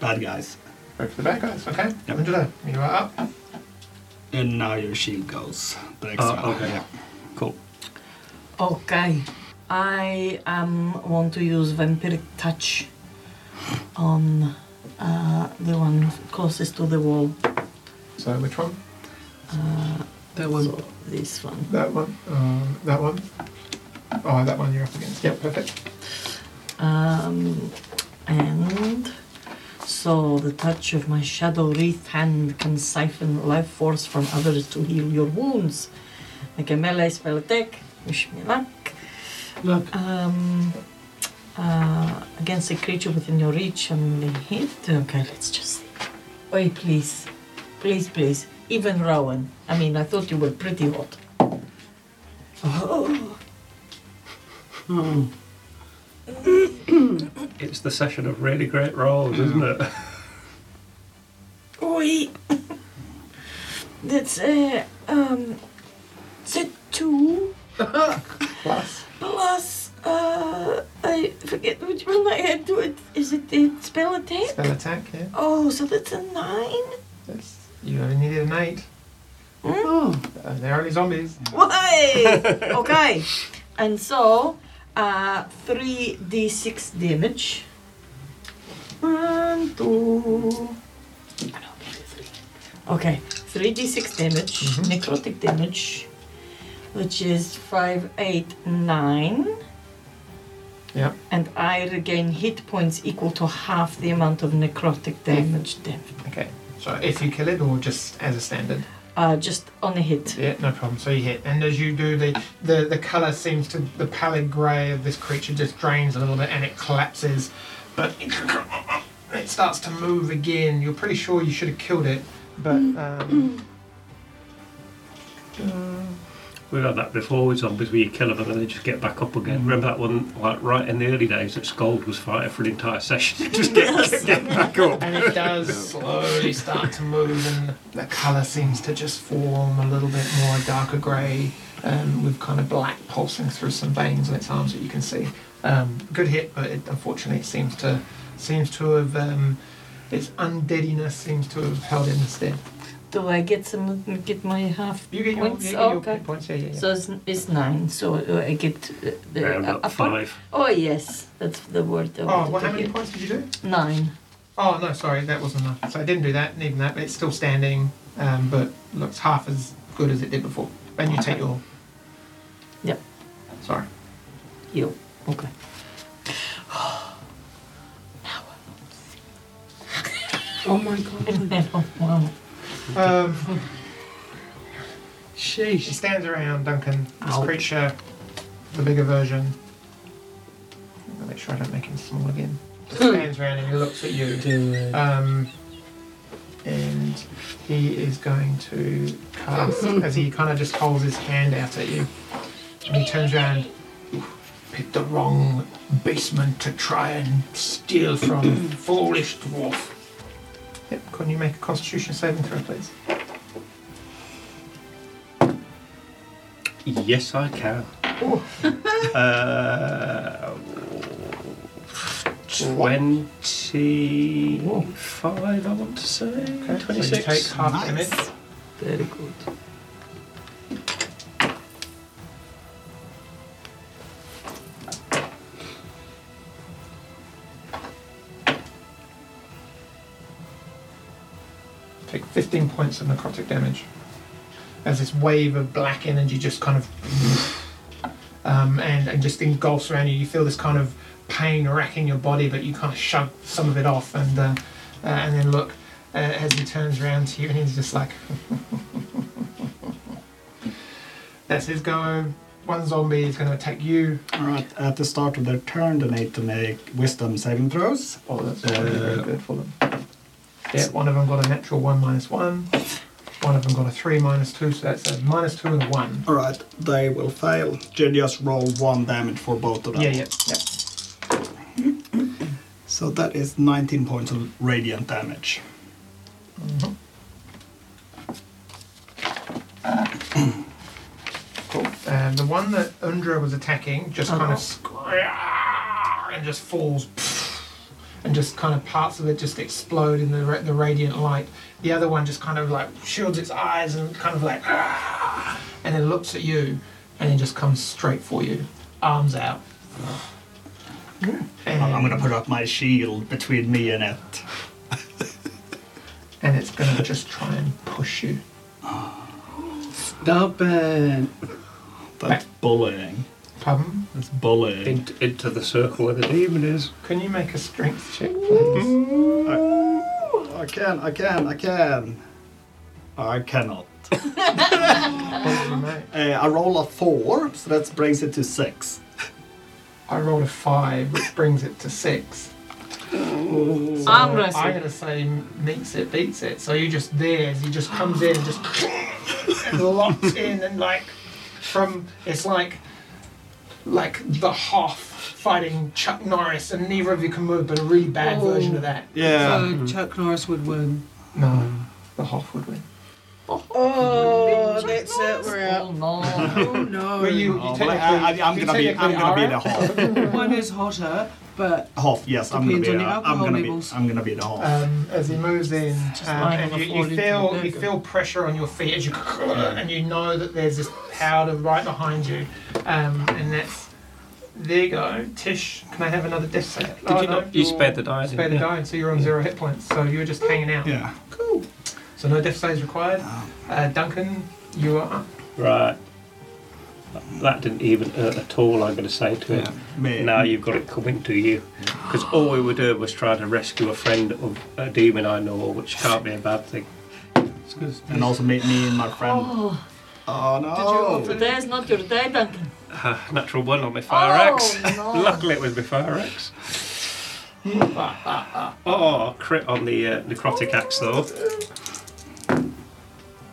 Speaker 5: bad guys.
Speaker 1: Go for the back guys. Okay.
Speaker 5: Yep.
Speaker 1: Angela, you are up.
Speaker 5: And now your shield goes. The extra.
Speaker 2: Oh, okay. Cool.
Speaker 3: Okay. I um, want to use vampiric touch on uh, the one closest to the wall.
Speaker 1: So which one? That one.
Speaker 3: This one.
Speaker 1: That one. Um, that one. Oh, that one you're up against. Yeah, perfect.
Speaker 3: Um, and so the touch of my shadow wreath hand can siphon life force from others to heal your wounds. Make a melee spell attack. Wish me luck.
Speaker 1: Luck.
Speaker 3: Um, uh, against a creature within your reach and they hit. Okay, let's just see. Oi, please. Please, please. Even Rowan. I mean, I thought you were pretty hot. Oh,
Speaker 2: It's the session of really great rolls, isn't it?
Speaker 3: oi. That's a, um, it's a two
Speaker 1: Plus.
Speaker 3: [LAUGHS] plus, uh, I forget which one I had to it. Is it the spell attack?
Speaker 1: Spell attack, yeah.
Speaker 3: Oh, so that's a nine?
Speaker 1: That's, you only needed an eight.
Speaker 4: Oh,
Speaker 1: Uh, they're only zombies.
Speaker 3: Why?
Speaker 1: [LAUGHS]
Speaker 3: okay. And so, uh, 3d6 damage. One, two. I don't get it, three. Okay, 3d6 damage,
Speaker 1: Mm-hmm.
Speaker 3: necrotic damage, which is 5, 8, 9.
Speaker 1: Yeah.
Speaker 3: And I regain hit points equal to half the amount of necrotic damage then.
Speaker 1: Okay. So if you kill it or just as a standard.
Speaker 3: Uh, just on a hit.
Speaker 1: Yeah, no problem. So you hit, and as you do, the the, the color seems to the pallid grey of this creature just drains a little bit, and it collapses. But it starts to move again. You're pretty sure you should have killed it, but um,
Speaker 2: We've had that before with zombies where you kill them and then they just get back up again. Remember that one, like right in the early days, that Scold was fighting for an entire session. [LAUGHS] just get, get back up.
Speaker 1: and it does [LAUGHS] slowly start to move, and the color seems to just form a little bit more darker grey, um, with kind of black pulsing through some veins in its arms that you can see. Um, good hit, but it, unfortunately, it seems to seems to have um, its undeadiness seems to have held in its stead.
Speaker 3: Do I get some? Get my half
Speaker 1: You get your,
Speaker 3: points? Oh,
Speaker 1: you get your
Speaker 3: okay.
Speaker 1: hit points. Yeah, yeah, yeah.
Speaker 3: So it's, it's nine. So uh, I get uh, the
Speaker 2: Round up
Speaker 3: a- a point-
Speaker 2: five.
Speaker 3: Oh yes, that's the word. I
Speaker 1: oh,
Speaker 3: wanted
Speaker 1: what?
Speaker 3: to
Speaker 1: How many
Speaker 3: get.
Speaker 1: points did you do?
Speaker 3: Nine.
Speaker 1: Oh no, sorry, that wasn't enough. So I didn't do that. and Even that, it's still standing, um, but looks half as good as it did before. And you take your.
Speaker 3: Yep.
Speaker 1: Sorry.
Speaker 3: You. [LAUGHS] Okay.
Speaker 7: Oh my god.
Speaker 3: wow.
Speaker 1: Um, He
Speaker 7: Sheesh.
Speaker 1: stands around, Duncan. This
Speaker 3: Ouch.
Speaker 1: creature, the bigger version. I'm gonna make sure I don't make him small again. He stands around and he looks at you. Um, and he is going to cast as he kind of just holds his hand out at you. And he turns around. Pick the wrong baseman to try and steal from foolish dwarf. Yep, can you make a constitution saving throw, please?
Speaker 2: Yes, I [LAUGHS] can. uh, 25, I want to say.
Speaker 1: So you take
Speaker 2: 26.
Speaker 1: half damage.
Speaker 3: Very good.
Speaker 1: take 15 points of necrotic damage as this wave of black energy just kind of um, and, and just engulfs around you. You feel this kind of pain racking your body, but you kind of shove some of it off and uh, uh, and then look uh, as he turns around to you and he's just like, [LAUGHS] "That's his go." One zombie is going to attack you.
Speaker 5: Alright, at the start of their turn, they need to make wisdom saving throws.
Speaker 1: Oh, that's really very good for them. Yeah, one of them got a natural one minus one. One of them got a three minus two, so that's a minus two and a one.
Speaker 5: Alright, they will fail. You just roll one damage for both of them.
Speaker 1: Yeah, yeah, yeah.
Speaker 5: So that is 19 points of radiant damage.
Speaker 1: Cool. And the one that Undra was attacking just kind of scra- and just falls, and just kind of parts of it just explode in the ra- the radiant light. The other one just kind of like shields its eyes and kind of like, "Ah!" and then looks at you, and then just comes straight for you, arms out. And,
Speaker 5: I'm gonna put up my shield between me and it.
Speaker 1: and it's gonna just try and push you.
Speaker 5: Stop it.
Speaker 2: [LAUGHS]
Speaker 5: That's bullying.
Speaker 1: Pardon?
Speaker 5: That's bullying.
Speaker 2: In, into the circle where the demon is.
Speaker 1: Can you make a strength check?
Speaker 5: [LAUGHS] I can, I can, I can. I cannot.
Speaker 1: Mate,
Speaker 5: Uh, I roll a four, so that brings it to six.
Speaker 1: I rolled a five, which brings it to six.
Speaker 3: Arm
Speaker 1: Uh, I'm
Speaker 3: wrestle.
Speaker 1: gonna say meets it, beats it. So you just there, as he just comes in,
Speaker 5: [LAUGHS]
Speaker 1: just and locks in, and like from it's like like the half fighting Chuck Norris, and neither of you can move, but a really bad version of that.
Speaker 5: Yeah.
Speaker 4: So Chuck Norris would win.
Speaker 1: No, the half would win.
Speaker 4: Oh, that's it. We're
Speaker 3: Oh
Speaker 4: out.
Speaker 3: no.
Speaker 4: [LAUGHS] Oh no.
Speaker 1: Well, you, you
Speaker 5: Oh, but
Speaker 1: technically,
Speaker 5: I, am
Speaker 1: you
Speaker 5: gonna be, I'm
Speaker 1: technically
Speaker 5: gonna be
Speaker 1: are
Speaker 5: the
Speaker 1: out.
Speaker 5: Hoff.
Speaker 4: One is hotter, but
Speaker 5: Hoff, yes, I'm gonna be.
Speaker 4: Depends
Speaker 5: the-
Speaker 4: on your
Speaker 5: I'm gonna be.
Speaker 4: alcohol levels.
Speaker 5: I'm gonna be the Hoff.
Speaker 1: um, as he moves in,
Speaker 3: Just
Speaker 1: um,
Speaker 3: lying
Speaker 1: and
Speaker 3: on the
Speaker 1: you,
Speaker 3: floor
Speaker 1: you
Speaker 3: into
Speaker 1: feel
Speaker 3: the
Speaker 1: you
Speaker 3: burger.
Speaker 1: feel pressure on your feet as you, and you know that there's this powder right behind you, um, and that's there you go. Tish, can I have another death save? Oh,
Speaker 2: Did you not? You spared the dying.
Speaker 1: Spare the
Speaker 2: yeah.
Speaker 1: dying, so you're on zero hit points, so you're just hanging out.
Speaker 5: yeah.
Speaker 1: So no death saves required. Uh, Duncan, you are up.
Speaker 2: Right. That didn't even hurt at all, I'm going to say to
Speaker 5: Yeah.
Speaker 2: him.
Speaker 5: Me.
Speaker 2: Now you've got it coming to you. Because all we were doing was trying to rescue a friend of a demon I know, which can't be a bad thing.
Speaker 5: And also me, me and my friend.
Speaker 3: Oh,
Speaker 5: Oh no!
Speaker 3: today is not your day, Duncan.
Speaker 2: Uh, natural one on my fire
Speaker 3: Oh,
Speaker 2: axe.
Speaker 3: no.
Speaker 2: [LAUGHS] Luckily, it was my fire axe. [LAUGHS] oh, crit on the uh, necrotic axe, though.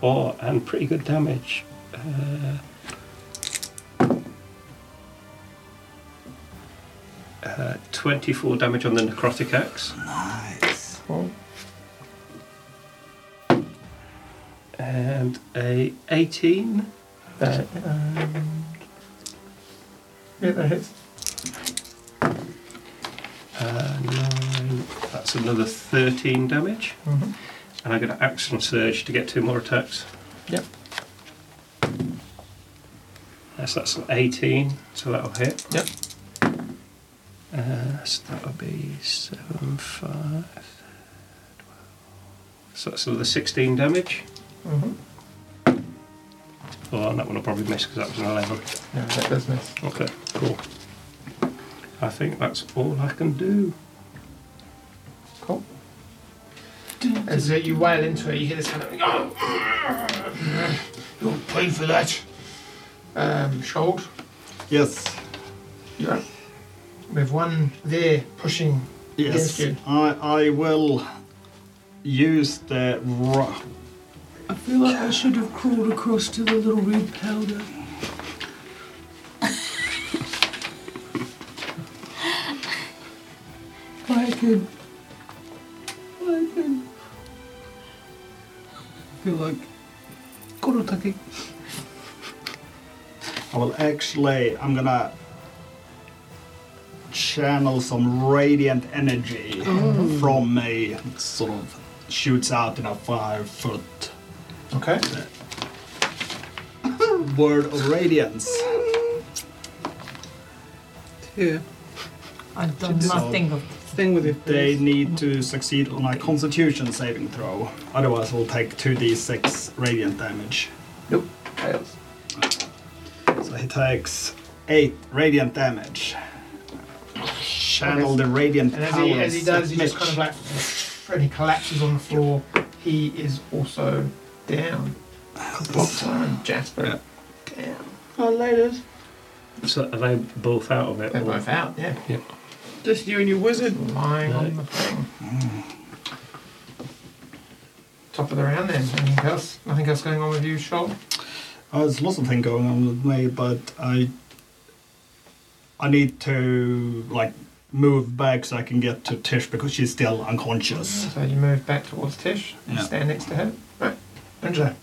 Speaker 2: Oh, and pretty good damage. Uh, uh, 24 damage on the necrotic axe.
Speaker 5: Nice.
Speaker 1: Oh,
Speaker 2: And a 18.
Speaker 1: That, um, yeah, that hits.
Speaker 2: Uh, nine. That's another 13 damage.
Speaker 1: Mhm.
Speaker 2: And I got an action surge to get two more attacks.
Speaker 1: Yep.
Speaker 2: Yes, that's an 18, so that'll hit.
Speaker 1: Yep.
Speaker 2: Uh, so that'll be 7, 5, 12. So that's another 16 damage.
Speaker 1: Mhm.
Speaker 2: Oh, and that one will probably miss because that was an 11.
Speaker 1: No, that does miss.
Speaker 2: Okay, cool. I think that's all I can do.
Speaker 1: Cool. As uh, you wail into it, you hear this kind of. You'll pay for that. Um, Shold,
Speaker 5: Yes.
Speaker 1: you're up. We have one there pushing. Yes,
Speaker 5: Yes.
Speaker 1: you.
Speaker 5: I I will use the ro-
Speaker 4: I feel like I should have crawled across to the little red powder. I can. I can. I feel like. Korotake.
Speaker 5: I will actually. I'm gonna channel some radiant energy
Speaker 1: Oh.
Speaker 5: from me. It sort of shoots out in a five foot
Speaker 1: Okay.
Speaker 5: word of radiance.
Speaker 4: Yeah.
Speaker 3: I've done
Speaker 5: So-
Speaker 3: nothing of
Speaker 4: Thing with it.
Speaker 5: They need to succeed on a Constitution saving throw. Otherwise, we'll take two d6 radiant damage.
Speaker 1: Nope. Fails.
Speaker 5: So he takes eight radiant damage. Channel the radiant
Speaker 1: And as
Speaker 5: powers.
Speaker 1: he, as he does, he just
Speaker 5: of
Speaker 1: kind of
Speaker 5: Mitch.
Speaker 1: like. And he collapses on the floor. He is also down. Boxer and Jasper. Down.
Speaker 4: Oh, ladies.
Speaker 2: So are they both out of it?
Speaker 1: They're
Speaker 2: or-
Speaker 1: both out, yeah.
Speaker 4: Just you and your wizard.
Speaker 1: Lying on the thing. Top of the round then. Anything else? Nothing else going on with you, Shold?
Speaker 5: Uh, there's lots of things going on with me, but I I need to like move back so I can get to Tish because she's still unconscious.
Speaker 1: So you move back towards Tish. You
Speaker 5: Yeah.
Speaker 1: stand next to her. Right. Angela.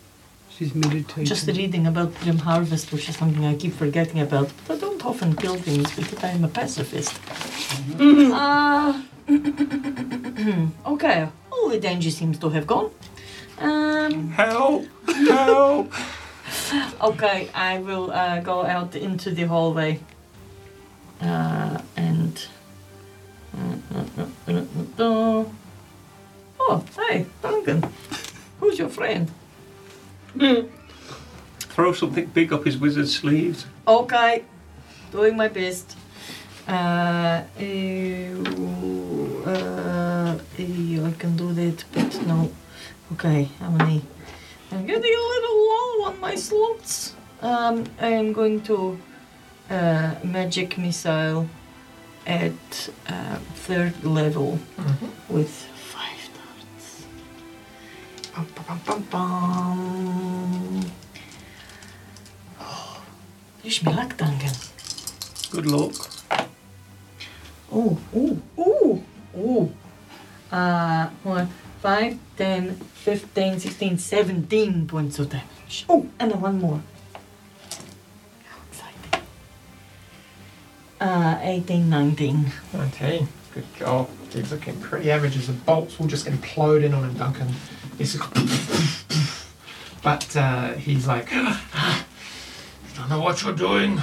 Speaker 4: She's meditating.
Speaker 3: just reading about Grim Harvest, which is something I keep forgetting about. But I don't often kill things because I'm a pacifist. uh, [CLEARS THROAT] okay, all the danger seems to have gone. Um,
Speaker 2: Help! Help!
Speaker 3: [LAUGHS] okay, I will uh, go out into the hallway uh, and. uh, Oh, hey, Duncan. Who's your friend?
Speaker 2: throw something big up his wizard's sleeves.
Speaker 3: Okay, doing my best. Uh, ew, uh, ew, I can do that, but no. Okay, how many? I'm getting a little low on my slots. Um, I am going to uh, magic missile at uh, third level with five darts. Bum, bum, bum, bum, bum. Wish me luck, Duncan.
Speaker 2: Good luck.
Speaker 3: Oh, ooh, ooh, ooh. Uh, hold on. 5, 10, 15, 16, 17 points of damage. Oh, and then one more. How exciting. Uh, 18, 19.
Speaker 1: 19. Good job. He's looking pretty average as the bolts will just implode in on him, Duncan. It's [LAUGHS] but uh, he's like, [GASPS] don't know what you're doing.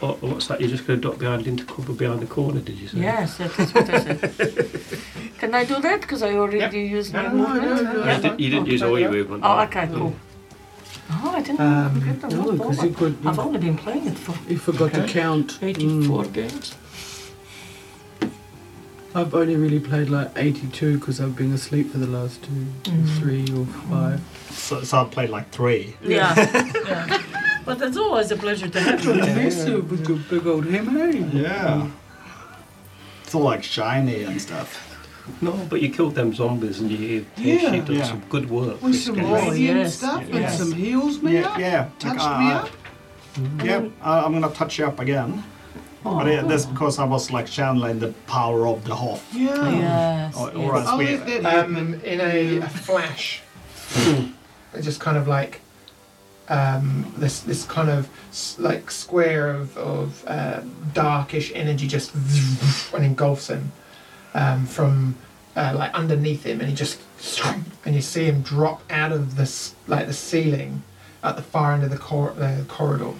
Speaker 2: Oh, what's that? You're just going to duck behind into cover behind the corner, did you say?
Speaker 3: Yes, that is what I said. [LAUGHS] Can I do that? Because I already
Speaker 1: Yep.
Speaker 3: used
Speaker 1: No,
Speaker 3: my
Speaker 1: no, no, no,
Speaker 3: movement.
Speaker 1: no,
Speaker 2: No, you, did, you didn't use all your movement.
Speaker 3: Oh,
Speaker 2: no.
Speaker 3: okay, cool. Oh, I didn't
Speaker 1: Um,
Speaker 3: get the
Speaker 8: No,
Speaker 3: word
Speaker 8: because
Speaker 3: over.
Speaker 8: you could.
Speaker 3: I've
Speaker 8: You,
Speaker 3: only been playing it for
Speaker 8: you forgot to count.
Speaker 3: 84
Speaker 8: Mm.
Speaker 3: games.
Speaker 8: I've only really played like 82 because I've been asleep for the last two,
Speaker 3: Mm.
Speaker 8: three, or five.
Speaker 5: So, so I've played like three.
Speaker 3: Yeah. yeah. But it's always a pleasure to have you.
Speaker 8: Yes, uh, with your big old hammer. eh?
Speaker 5: Yeah. It's all like shiny and stuff.
Speaker 2: No, but you killed them zombies and you, you
Speaker 8: Yeah.
Speaker 2: she done
Speaker 5: Yeah.
Speaker 2: some good work.
Speaker 8: With
Speaker 2: this
Speaker 8: some
Speaker 2: game.
Speaker 8: radiant
Speaker 3: Yes.
Speaker 8: stuff and
Speaker 5: Yes.
Speaker 8: some heals, me up.
Speaker 5: yeah.
Speaker 8: Touched
Speaker 5: Like, uh,
Speaker 8: me
Speaker 5: uh,
Speaker 8: up.
Speaker 5: Yeah, I, I'm gonna touch you up again. But yeah, that's because I was like channeling the power of the Hoth.
Speaker 8: Yeah.
Speaker 3: Yes.
Speaker 5: Or,
Speaker 3: yes.
Speaker 5: or as
Speaker 8: I'll
Speaker 5: we-
Speaker 8: let that happen.
Speaker 1: Um, in a, a flash, it just kind of like um, this this kind of s- like square of, of uh, darkish energy just [LAUGHS] and engulfs him um, from uh, like underneath him, and he just [LAUGHS] and you see him drop out of this like the ceiling at the far end of the, cor- the corridor,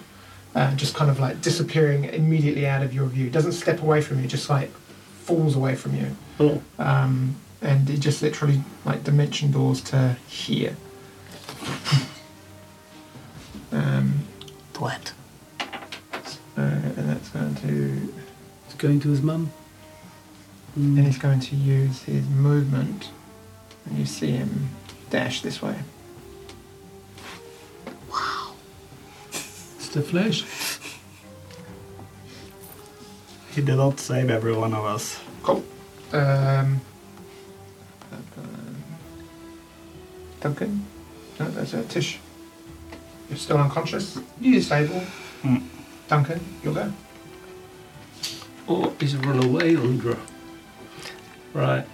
Speaker 1: uh, just kind of like disappearing immediately out of your view. Doesn't step away from you, just like falls away from you
Speaker 2: Oh,
Speaker 1: um, and it just literally like dimension doors to here. [LAUGHS] um,
Speaker 3: What?
Speaker 1: uh, and that's going to,
Speaker 8: It's going to his mum. Mm.
Speaker 1: and he's going to use his movement, and you see him dash this way.
Speaker 8: It's the flesh.
Speaker 5: He did not save every one of us.
Speaker 1: Cool. Um, Duncan, no, that's a Tish. You're still unconscious. You're stable.
Speaker 5: Mm.
Speaker 1: Duncan, you'll go.
Speaker 2: oh, he's run away, Undra. Right.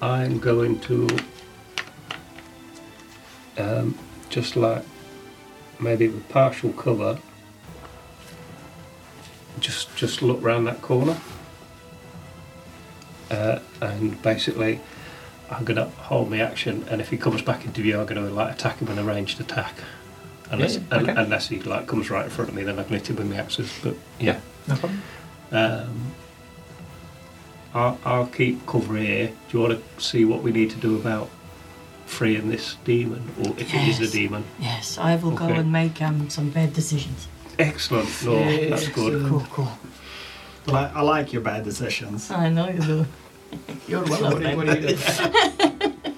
Speaker 2: I'm going to um, just like maybe with partial cover. Just just look round that corner. Uh, and basically I'm gonna hold my action and if he comes back into view I'm gonna like attack him with a ranged attack. Unless
Speaker 1: Yeah, okay.
Speaker 2: un- unless he like comes right in front of me then I can hit him with my axes. But yeah.
Speaker 1: No problem.
Speaker 2: Um, I'll, I'll keep cover here. Do you want to see what we need to do about freeing this demon, or if it is
Speaker 3: Yes.
Speaker 2: a demon?
Speaker 3: Yes, I will go
Speaker 2: Okay.
Speaker 3: and make um, some bad decisions.
Speaker 2: Excellent. No, that's good.
Speaker 3: Cool, cool.
Speaker 5: But I, I like your bad decisions.
Speaker 3: I know you do. You're one of them.
Speaker 1: What do you do?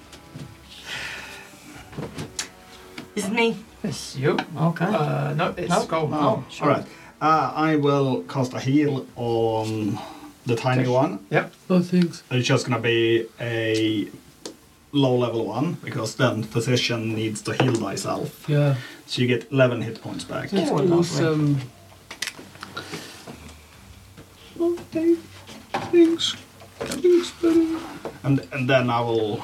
Speaker 3: It's me.
Speaker 1: It's you.
Speaker 3: Okay.
Speaker 1: Uh, no, it's
Speaker 3: No?
Speaker 1: gold.
Speaker 5: Oh,
Speaker 3: sure.
Speaker 5: all right. Uh, I will cast a heal on the tiny
Speaker 1: Tish.
Speaker 5: one.
Speaker 1: Yep.
Speaker 8: Oh, thanks.
Speaker 5: It's just gonna be a low level one because then physician needs to heal thyself.
Speaker 8: Yeah.
Speaker 5: So you get 11 hit points back.
Speaker 8: That's
Speaker 3: Oh, lovely.
Speaker 8: awesome. Oh, Dave. Thanks. Thanks, buddy.
Speaker 5: And and then I will.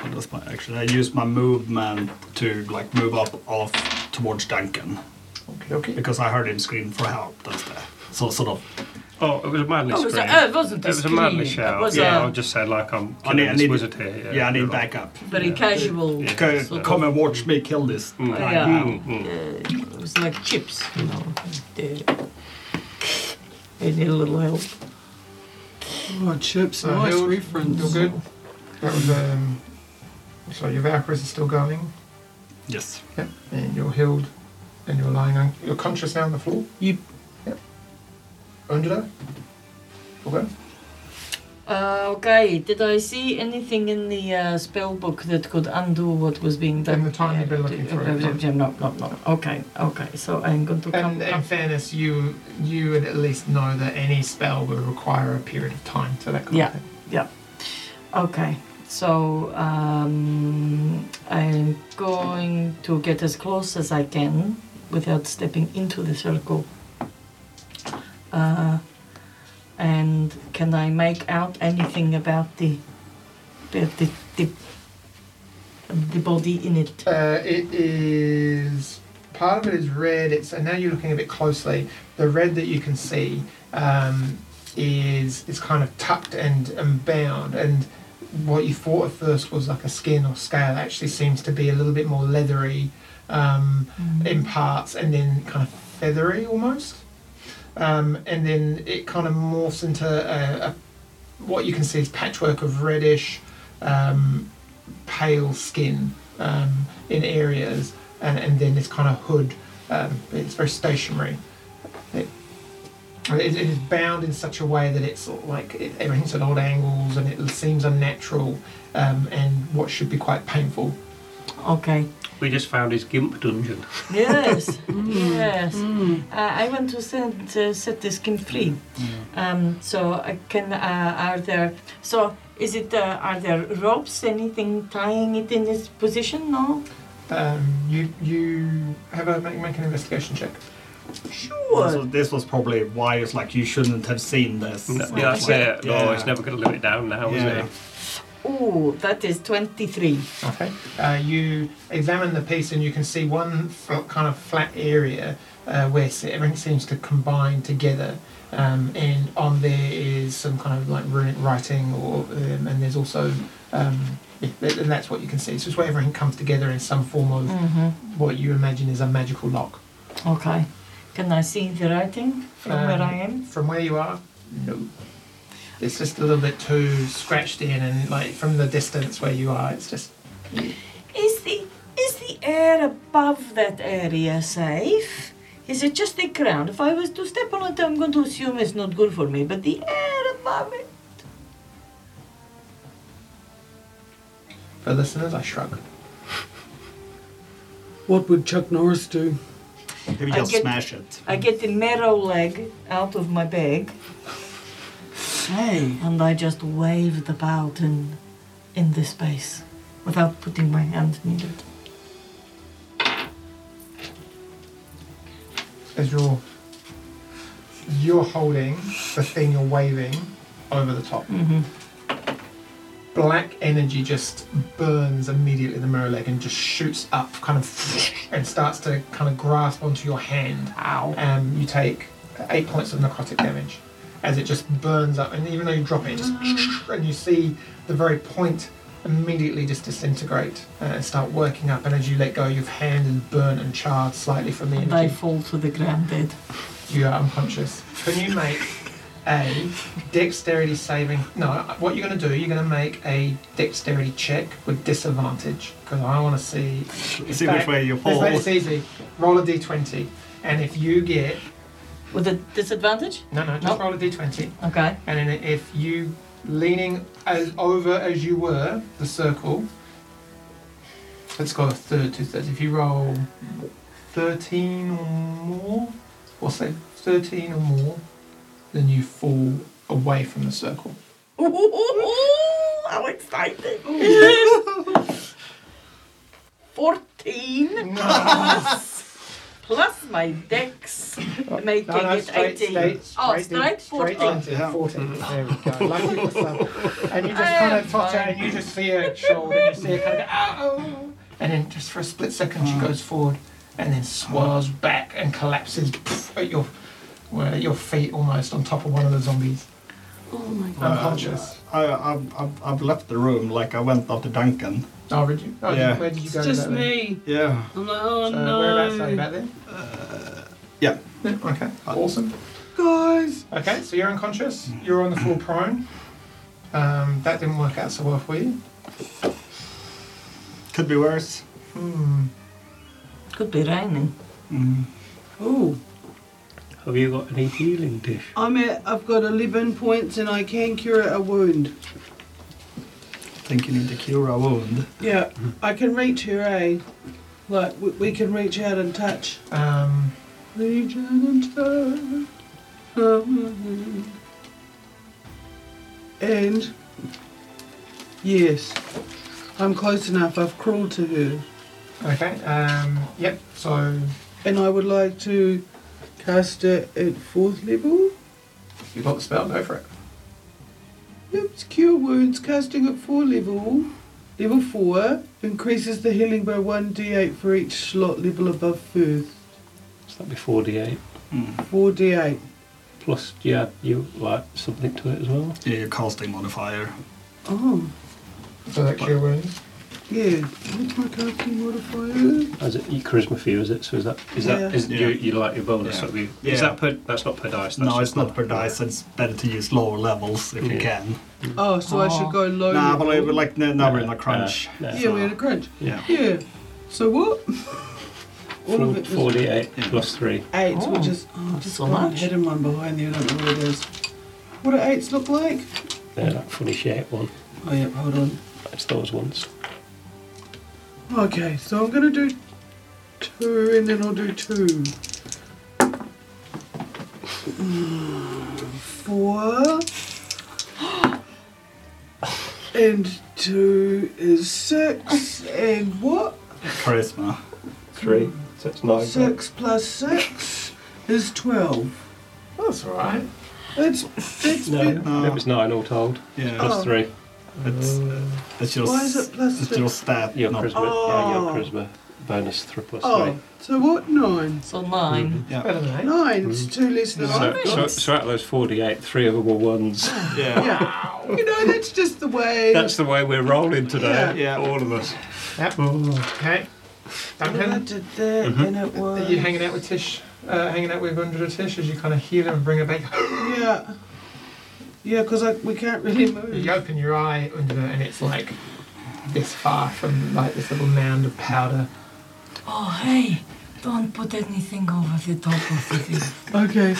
Speaker 5: What is my action? I use my movement to like move up off towards Duncan
Speaker 1: Okay. Okay.
Speaker 5: because I heard him scream for help. That's the so sort of.
Speaker 2: Oh, it was a manly
Speaker 3: Oh, it was a-
Speaker 2: scream.
Speaker 3: oh, it wasn't a
Speaker 2: It was a
Speaker 3: scream.
Speaker 2: manly
Speaker 3: It
Speaker 2: shout.
Speaker 3: was um,
Speaker 2: yeah,
Speaker 3: a-
Speaker 2: I will just say like I'm
Speaker 5: I
Speaker 2: killing
Speaker 5: I
Speaker 2: this wizard here.
Speaker 5: yeah,
Speaker 2: Yeah,
Speaker 5: I need
Speaker 2: you're right.
Speaker 5: backup.
Speaker 3: Very
Speaker 2: Yeah.
Speaker 3: casual.
Speaker 2: Yeah.
Speaker 5: Okay,
Speaker 3: sort
Speaker 5: come
Speaker 3: of-
Speaker 5: and watch me kill this.
Speaker 2: Mm.
Speaker 3: Yeah.
Speaker 2: Mm, mm.
Speaker 3: uh, it was like chips, you know. and, uh, They need a little help.
Speaker 8: Oh, chips.
Speaker 1: Uh,
Speaker 8: nice
Speaker 1: Hild,
Speaker 8: reference.
Speaker 1: You're good. That was um. So your Valkyries are still going.
Speaker 5: Yes.
Speaker 1: Yep. And you're healed, and you're lying on. You're conscious now on the floor.
Speaker 8: You
Speaker 1: Under Okay.
Speaker 3: Uh, okay, did I see anything in the uh, spell book that could undo what was being done?
Speaker 1: In the time you've been
Speaker 3: Uh,
Speaker 1: looking
Speaker 3: uh,
Speaker 1: for it,
Speaker 3: uh,
Speaker 1: no.
Speaker 3: No, no, no. Okay, okay. So I'm going to
Speaker 1: And
Speaker 3: come.
Speaker 1: in fairness, you you would at least know that any spell would require a period of time. So that kind
Speaker 3: Yeah.
Speaker 1: of thing.
Speaker 3: Okay, so um, I'm going to get as close as I can without stepping into the circle. Uh, and can I make out anything about the the the, the, the body in it?
Speaker 1: Uh, it is part of it is red. It's and now you're looking a bit closely. The red that you can see um, is is kind of tucked and, and bound, and what you thought at first was like a skin or scale actually seems to be a little bit more leathery um, in parts, and then kind of feathery almost. Um, and then it kind of morphs into a, a, what you can see is patchwork of reddish, um, pale skin um, in areas, and, and then this kind of hood. Um, it's very stationary. It, it, it is bound in such a way that it's sort of like it, everything's at odd angles and it seems unnatural um, and what should be quite painful.
Speaker 3: Okay.
Speaker 2: We just found his gimp dungeon. [LAUGHS]
Speaker 3: Yes, yes. Uh, I want to set, uh, set the skin free. Um, so I can. Uh, are there? So is it? Uh, are there ropes? Anything tying it in this position? No.
Speaker 1: Um, you you have a make, make an investigation check.
Speaker 5: This was, this was probably why it's like you shouldn't have seen this.
Speaker 2: That's it. No,
Speaker 5: Yeah.
Speaker 2: it's never going to live it down now,
Speaker 5: Yeah.
Speaker 2: is it?
Speaker 3: Oh, that is twenty-three.
Speaker 1: Okay. Uh, you examine the piece and you can see one fl- kind of flat area uh, where se- everything seems to combine together. Um, and on there is some kind of like runic writing, or um, and there's also um, yeah, th- and that's what you can see. So it's where everything comes together in some form of
Speaker 3: Mm-hmm.
Speaker 1: what you imagine is a magical lock.
Speaker 3: Okay. Can I see the writing from where
Speaker 1: Um,
Speaker 3: I am?
Speaker 1: From where you are? No. It's just a little bit too scratched in, and like from the distance where you are, it's just
Speaker 3: Is the is the air above that area safe? Is it just the ground? If I was to step on it, I'm going to assume it's not good for me. But the air above it.
Speaker 1: for listeners. I shrug.
Speaker 8: What would Chuck Norris do?
Speaker 5: Maybe
Speaker 3: I
Speaker 5: just
Speaker 3: get-
Speaker 5: smash it.
Speaker 3: I get the marrow leg out of my bag
Speaker 8: Hey.
Speaker 3: and I just wave it about in, in the space without putting my hand near it.
Speaker 1: as you're you're holding the thing you're waving over the top.
Speaker 3: Mm-hmm.
Speaker 1: Black energy just burns immediately the mirror leg and just shoots up, kind of, and starts to kind of grasp onto your hand.
Speaker 3: Ow.
Speaker 1: Um, you take eight points of necrotic damage as it just burns up, and even though you drop it, it just
Speaker 3: Mm.
Speaker 1: and you see the very point immediately just disintegrate uh, and start working up. And as you let go, your hand is burnt and charred slightly from the
Speaker 3: And
Speaker 1: energy.
Speaker 3: I fall to the ground dead.
Speaker 1: You are unconscious. Can you make a dexterity saving? No, what you're going to do, you're going to make a dexterity check with disadvantage because I want to see.
Speaker 5: [LAUGHS] See which way you
Speaker 1: Let's
Speaker 5: fall.
Speaker 1: make this easy. Roll a d20, and if you get
Speaker 3: With a disadvantage?
Speaker 1: no, no, just
Speaker 3: Nope.
Speaker 1: roll a d20,
Speaker 3: Okay.
Speaker 1: and then if you leaning as over as you were the circle, let's go a third to thirds. If you roll 13 or more, or say 13 or more, then you fall away from the circle.
Speaker 3: Ooh, how [LAUGHS] excited! 14 plus my dex, making it 18. oh, straight 14.
Speaker 5: Oh,
Speaker 1: into
Speaker 5: [LAUGHS]
Speaker 1: 14. There we go. Lucky for
Speaker 3: [LAUGHS]
Speaker 1: some. And you just kind of touch her and you just see her shoulder and you see her kind of go, "Ow." And then just for a split second,
Speaker 5: Mm.
Speaker 1: she goes forward and then swirls back and collapses pff, at your well, at your feet almost on top of one of the zombies.
Speaker 3: Oh my
Speaker 5: Uh,
Speaker 3: god.
Speaker 1: Unconscious.
Speaker 5: I, I've, I've, I've left the room like I went after Duncan.
Speaker 1: Oh, did you? Oh,
Speaker 5: Yeah.
Speaker 1: where did you
Speaker 8: It's
Speaker 1: go?
Speaker 8: just
Speaker 1: about then?
Speaker 8: me.
Speaker 5: Yeah.
Speaker 8: I'm like, oh
Speaker 1: So,
Speaker 8: no.
Speaker 1: Whereabouts are you about then?
Speaker 5: Yeah.
Speaker 1: Yeah, Okay. Awesome. Guys! Okay, so you're unconscious. You're on the floor prone. Um, that didn't work out so well for you.
Speaker 5: Could be worse.
Speaker 1: Hmm.
Speaker 3: Could be raining.
Speaker 8: Oh.
Speaker 4: Ooh.
Speaker 2: Have you got any healing dish?
Speaker 4: I'm at, I've got 11 points and I can cure a wound.
Speaker 5: think you need to cure a wound.
Speaker 4: Yeah, I can reach her, eh? Like, we, we can reach out and touch.
Speaker 1: Um,
Speaker 4: Reach out and touch. Um, And, yes, I'm close enough. I've crawled to her.
Speaker 1: okay. Um, yep. So
Speaker 4: And I would like to cast it at fourth level.
Speaker 9: You got the spell? Go for it.
Speaker 4: Oops, cure wounds casting at four level. Level four increases the healing by one d8 for each slot level above first.
Speaker 2: So that'd be 48.
Speaker 4: Four d8.
Speaker 2: Plus, you add you like something to it as well.
Speaker 5: Yeah, your casting modifier.
Speaker 4: Oh,
Speaker 1: so that cure wounds.
Speaker 4: yeah. What's my casting modifier?
Speaker 2: As it, your charisma for you, is it? So is that is that
Speaker 4: Yeah.
Speaker 2: is
Speaker 5: Yeah.
Speaker 2: you, you like your bonus?
Speaker 5: Yeah.
Speaker 2: that'd Be,
Speaker 5: Yeah.
Speaker 2: Is that per? That's not per dice. That's
Speaker 5: no,
Speaker 2: just
Speaker 5: it's not per
Speaker 2: like-
Speaker 5: dice. It's better to use lower levels if you
Speaker 2: Yeah.
Speaker 5: can.
Speaker 4: Oh, so I should go low.
Speaker 5: Nah, but
Speaker 4: level.
Speaker 5: like, like no, now we're in
Speaker 2: Uh,
Speaker 5: a crunch.
Speaker 2: uh, yeah.
Speaker 4: yeah, we had a crunch.
Speaker 5: Yeah.
Speaker 4: Yeah. So what? [LAUGHS] All
Speaker 2: Four-
Speaker 4: of it was
Speaker 2: 48
Speaker 5: Yeah.
Speaker 2: plus 3.
Speaker 4: eights,
Speaker 9: Oh,
Speaker 4: which is oh, I've just
Speaker 9: so
Speaker 4: got a
Speaker 9: much.
Speaker 4: hidden one behind there. I don't know what it is. What do eights look like?
Speaker 2: Yeah, that funny shape one.
Speaker 4: Oh yeah, hold on.
Speaker 2: It's those ones.
Speaker 4: Okay, so I'm gonna do two and then I'll do two. Mm, Four. And two is six. And what?
Speaker 5: Charisma.
Speaker 2: 3. So it's 9.
Speaker 4: Six plus six is twelve.
Speaker 1: That's all right.
Speaker 4: It's it's
Speaker 2: No,
Speaker 4: been-
Speaker 5: No.
Speaker 2: it was 9 all told.
Speaker 5: Yeah.
Speaker 2: Plus
Speaker 4: Oh.
Speaker 2: 3.
Speaker 5: It's, it's your,
Speaker 4: why is it plus
Speaker 5: it's your
Speaker 4: six?
Speaker 5: stat.
Speaker 2: Your
Speaker 5: not-
Speaker 2: charisma.
Speaker 4: Oh.
Speaker 2: Yeah, your charisma. Bonus 3 plus 3.
Speaker 4: Oh, so what nine?
Speaker 3: So nine.
Speaker 5: Yeah.
Speaker 1: Better than that.
Speaker 4: Nine, it's
Speaker 5: Mm-hmm.
Speaker 4: two less than
Speaker 2: So,
Speaker 4: I
Speaker 2: so, so out of those 48, three of them were ones.
Speaker 5: Yeah.
Speaker 4: Yeah. You know, that's just the
Speaker 2: [LAUGHS]
Speaker 4: way
Speaker 2: That's the way we're rolling today,
Speaker 5: Yeah. Yeah.
Speaker 2: all of us. Oh.
Speaker 1: Yep. Okay.
Speaker 4: I
Speaker 1: Duncan,
Speaker 4: did that and
Speaker 2: Mm-hmm.
Speaker 4: it
Speaker 1: are
Speaker 4: was
Speaker 1: you hanging out with Tish? Uh, hanging out with Undra Tish as you kind of heal her and bring her back. [GASPS]
Speaker 4: Yeah. Yeah, because we can't really move.
Speaker 1: You open your eye under the, and it's like this far from like this little mound of powder.
Speaker 3: Oh, hey, don't put anything over the top of the thing.
Speaker 4: Okay.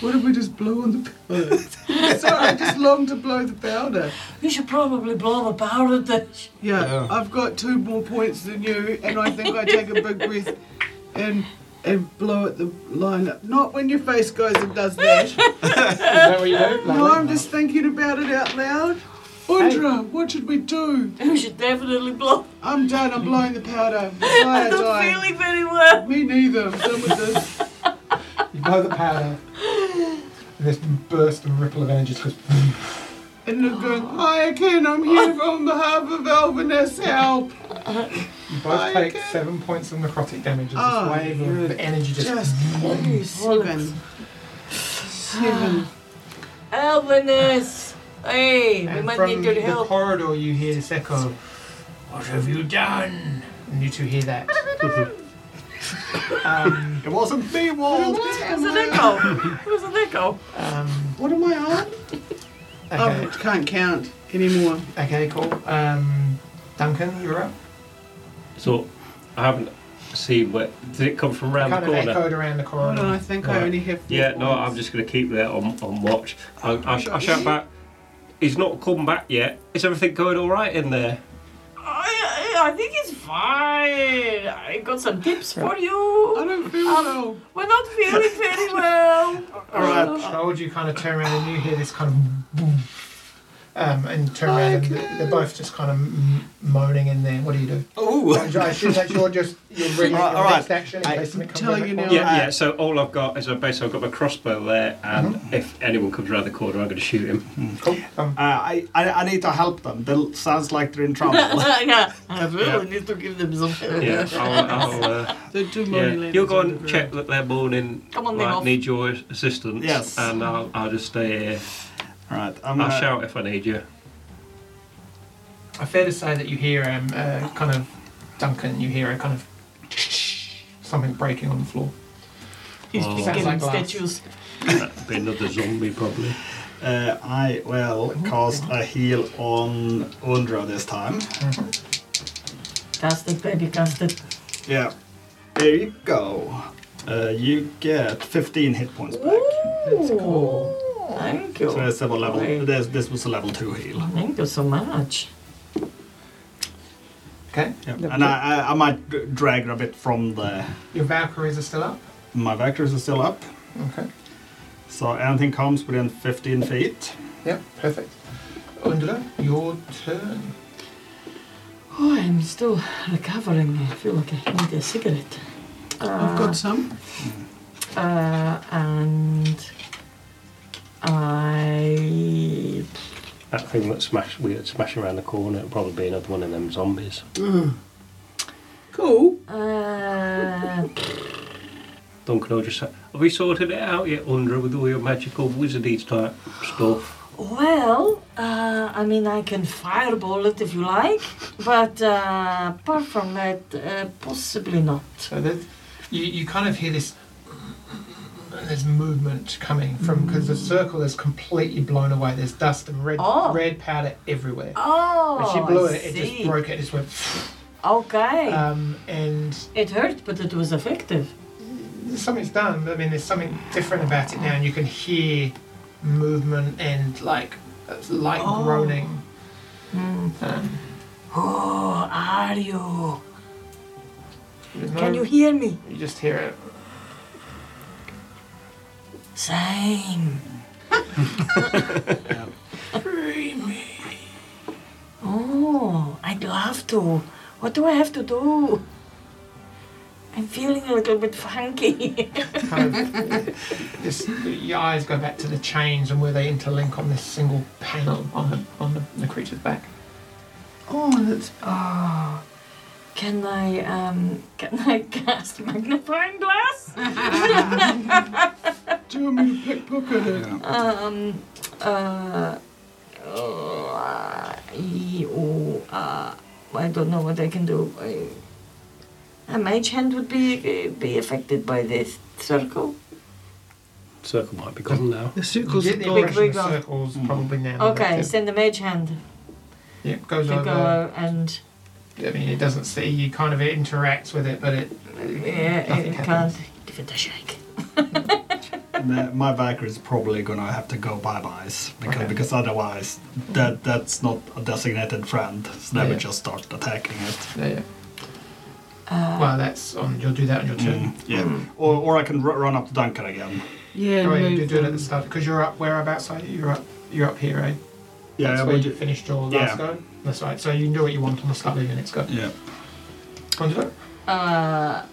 Speaker 4: What if we just blow on the [LAUGHS] powder? so I just long to blow the powder.
Speaker 3: You should probably blow the powder dish.
Speaker 4: Yeah, I've got two more points than you, and I think I take a big breath and and blow at the line up. Not when your face goes and does that.
Speaker 1: Is that what you
Speaker 4: [LAUGHS]
Speaker 1: do? Like,
Speaker 4: no, I'm just thinking about it out loud. Undra, what should we do?
Speaker 3: You should definitely blow.
Speaker 4: I'm done. I'm blowing the powder. [LAUGHS] I
Speaker 3: I'm not
Speaker 4: die.
Speaker 3: feeling very well.
Speaker 4: Me neither. I'm done with this.
Speaker 1: You blow the powder. And this burst and ripple of energy just goes.
Speaker 4: And they're going, Hi again, I'm [LAUGHS] here on behalf of Elvinus, help!
Speaker 1: You both take
Speaker 4: Okay.
Speaker 1: seven points of necrotic damage as
Speaker 4: Oh,
Speaker 1: this wave of energy just.
Speaker 4: Just
Speaker 3: [SIGHS]
Speaker 4: seven. Seven.
Speaker 3: Elvinus! Hey, we
Speaker 1: and
Speaker 3: might
Speaker 1: from
Speaker 3: need your
Speaker 1: the
Speaker 3: help.
Speaker 1: corridor, you hear this echo. What have you done? And you two hear
Speaker 4: [LAUGHS]
Speaker 1: that. um,
Speaker 5: It wasn't me, Walt.
Speaker 3: Where's the echo? Where's the echo?
Speaker 1: um,
Speaker 4: What am I on?
Speaker 1: okay,
Speaker 4: Oh, I can't count anymore.
Speaker 1: okay, cool. Um, Duncan, you're up.
Speaker 2: So I haven't seen where. Did it come from round the
Speaker 1: kind of
Speaker 2: corner?
Speaker 1: echoed around the
Speaker 4: Hold on,
Speaker 1: corridor.
Speaker 4: I think
Speaker 2: Right.
Speaker 4: I only have.
Speaker 2: Yeah, no, I'm just going to keep that on, on watch. I, I, sh- I shout back, he's not come back yet. Is everything going all right in there?
Speaker 3: I, I- I think it's fine. I got some tips for you.
Speaker 4: I don't feel
Speaker 3: Um,
Speaker 4: well.
Speaker 3: We're not feeling
Speaker 1: [LAUGHS]
Speaker 3: very well.
Speaker 5: Alright.
Speaker 1: Old, you kind of turn around and you hear this kind of boom, um, and turn around and th- they're both just kind of m- moaning in there. What do you do?
Speaker 5: Oh.
Speaker 1: I assume that you're just you're reading
Speaker 5: Alright,
Speaker 1: your
Speaker 5: alright.
Speaker 1: next action in
Speaker 5: I-
Speaker 1: case something comes
Speaker 4: telling
Speaker 1: around
Speaker 4: you
Speaker 1: the
Speaker 4: now.
Speaker 1: corner.
Speaker 2: Yeah, yeah. So all I've got is I basically I've got my crossbow there, and if anyone comes around the corner, I'm going to shoot him.
Speaker 1: Cool. Um,
Speaker 5: Uh, I, I I need to help them. They sounds like they're in trouble.
Speaker 3: Uh, yeah, I really need to give them some. uh,
Speaker 2: Yeah, I'll, I'll, uh,
Speaker 4: They're too
Speaker 2: yeah.
Speaker 4: many
Speaker 2: You'll go and check that they're mourning.
Speaker 3: Come on,
Speaker 2: like,
Speaker 3: Nimov.
Speaker 2: need your assistance.
Speaker 5: Yes.
Speaker 2: and I'll, I'll just stay here.
Speaker 5: All right, I'm
Speaker 2: I'll
Speaker 5: gonna-
Speaker 2: shout if I need you.
Speaker 1: I fair to say that you hear um, uh, kind of Duncan. You hear a kind of something breaking on the floor.
Speaker 3: He's
Speaker 2: Oh.
Speaker 3: been
Speaker 1: Sounds
Speaker 3: getting
Speaker 1: like glass.
Speaker 3: statues.
Speaker 2: That'd be another zombie probably.
Speaker 5: Uh, I will cast a heal on Undra this time.
Speaker 3: Cast it, baby, cast it.
Speaker 5: Yeah. There you go. Uh, you get 15 hit points back.
Speaker 3: That's cool. Oh, Thank you.
Speaker 5: So that's a level.
Speaker 3: Wait.
Speaker 5: This, this was a level two heal.
Speaker 3: Thank you so much.
Speaker 1: Okay.
Speaker 5: Yep. And I, I, I might d- drag a bit from the.
Speaker 1: Your Valkyries are still up.
Speaker 5: My vectors are still up.
Speaker 9: Okay.
Speaker 5: So anything comes within 15 feet.
Speaker 9: Yep. Perfect.
Speaker 1: Undula, your turn.
Speaker 3: Oh, I'm still recovering. I feel like I need a cigarette.
Speaker 8: I've got some.
Speaker 3: Uh, and I.
Speaker 2: That thing that smashed we had smashed around the corner it'd probably be another one of them zombies.
Speaker 8: Cool.
Speaker 3: Uh,
Speaker 2: Duncan will just say, Have we sorted it out yet, Undra, with all your magical wizardy type stuff?
Speaker 3: well, uh, I mean, I can fireball it if you like, but uh, apart from that, uh, possibly not.
Speaker 1: So there's, you, you kind of hear this there's movement coming from because the circle is completely blown away. There's dust and red
Speaker 3: Oh.
Speaker 1: red powder everywhere.
Speaker 3: Oh,
Speaker 1: when she blew
Speaker 3: I
Speaker 1: it, it
Speaker 3: see.
Speaker 1: just broke it. It just went.
Speaker 3: Okay.
Speaker 1: Um, and
Speaker 3: it hurt, but it was effective.
Speaker 1: something's done. but I mean, there's something different about it now, and you can hear movement and like light
Speaker 3: Oh.
Speaker 1: groaning.
Speaker 3: Mm-hmm.
Speaker 1: Um,
Speaker 3: Who Oh, are you?
Speaker 1: there's no-
Speaker 3: Can you hear me?
Speaker 1: You just hear it.
Speaker 3: Same. Oh, I'd love to. What do I have to do? I'm feeling a little bit funky. [LAUGHS]
Speaker 1: kind of this, your eyes go back to the chains and where they interlink on this single panel on the, on the, the creature's back.
Speaker 8: Oh, that's
Speaker 3: oh, can I um can I [LAUGHS] cast magnifying glass?
Speaker 8: do you want me to pickpocket it?
Speaker 3: Um, uh, uh, e- oh, uh, I don't know what I can do. I, a mage hand would be be affected by this circle.
Speaker 2: Circle might be gone now.
Speaker 8: The
Speaker 1: You
Speaker 8: circle's
Speaker 1: get the
Speaker 8: gone.
Speaker 3: big
Speaker 1: impression the
Speaker 3: wiggle.
Speaker 1: circles probably now.
Speaker 3: Okay,
Speaker 1: That's it.
Speaker 3: send the mage hand
Speaker 1: Yeah, it goes
Speaker 3: to
Speaker 1: over.
Speaker 3: go uh, and
Speaker 1: I mean, it doesn't see. You kind of it interacts with it, but it.
Speaker 3: yeah,
Speaker 1: Nothing
Speaker 3: it can't
Speaker 1: happens.
Speaker 3: give it a shake.
Speaker 5: The- my Vicar is probably gonna have to go bye byes because,
Speaker 1: Okay.
Speaker 5: because otherwise that that's not a designated friend, so they
Speaker 1: Yeah,
Speaker 5: would
Speaker 1: yeah.
Speaker 5: just start attacking it.
Speaker 1: Yeah, yeah. well, that's on. You'll do that on your turn.
Speaker 5: Yeah, Mm. or, or I can r- run up to Duncan again.
Speaker 8: Yeah,
Speaker 1: Oh, yeah,
Speaker 8: move
Speaker 1: you do it at the
Speaker 8: them.
Speaker 1: start because you're up. Whereabouts are you? You're up. You're up here, eh?
Speaker 5: Yeah,
Speaker 1: that's
Speaker 5: I
Speaker 1: where
Speaker 5: would
Speaker 1: you
Speaker 5: ju-
Speaker 1: finished your last
Speaker 5: yeah.
Speaker 1: go. That's right. So you can do what you want on the start of your next go.
Speaker 5: yeah.
Speaker 1: Onto it.
Speaker 3: Uh,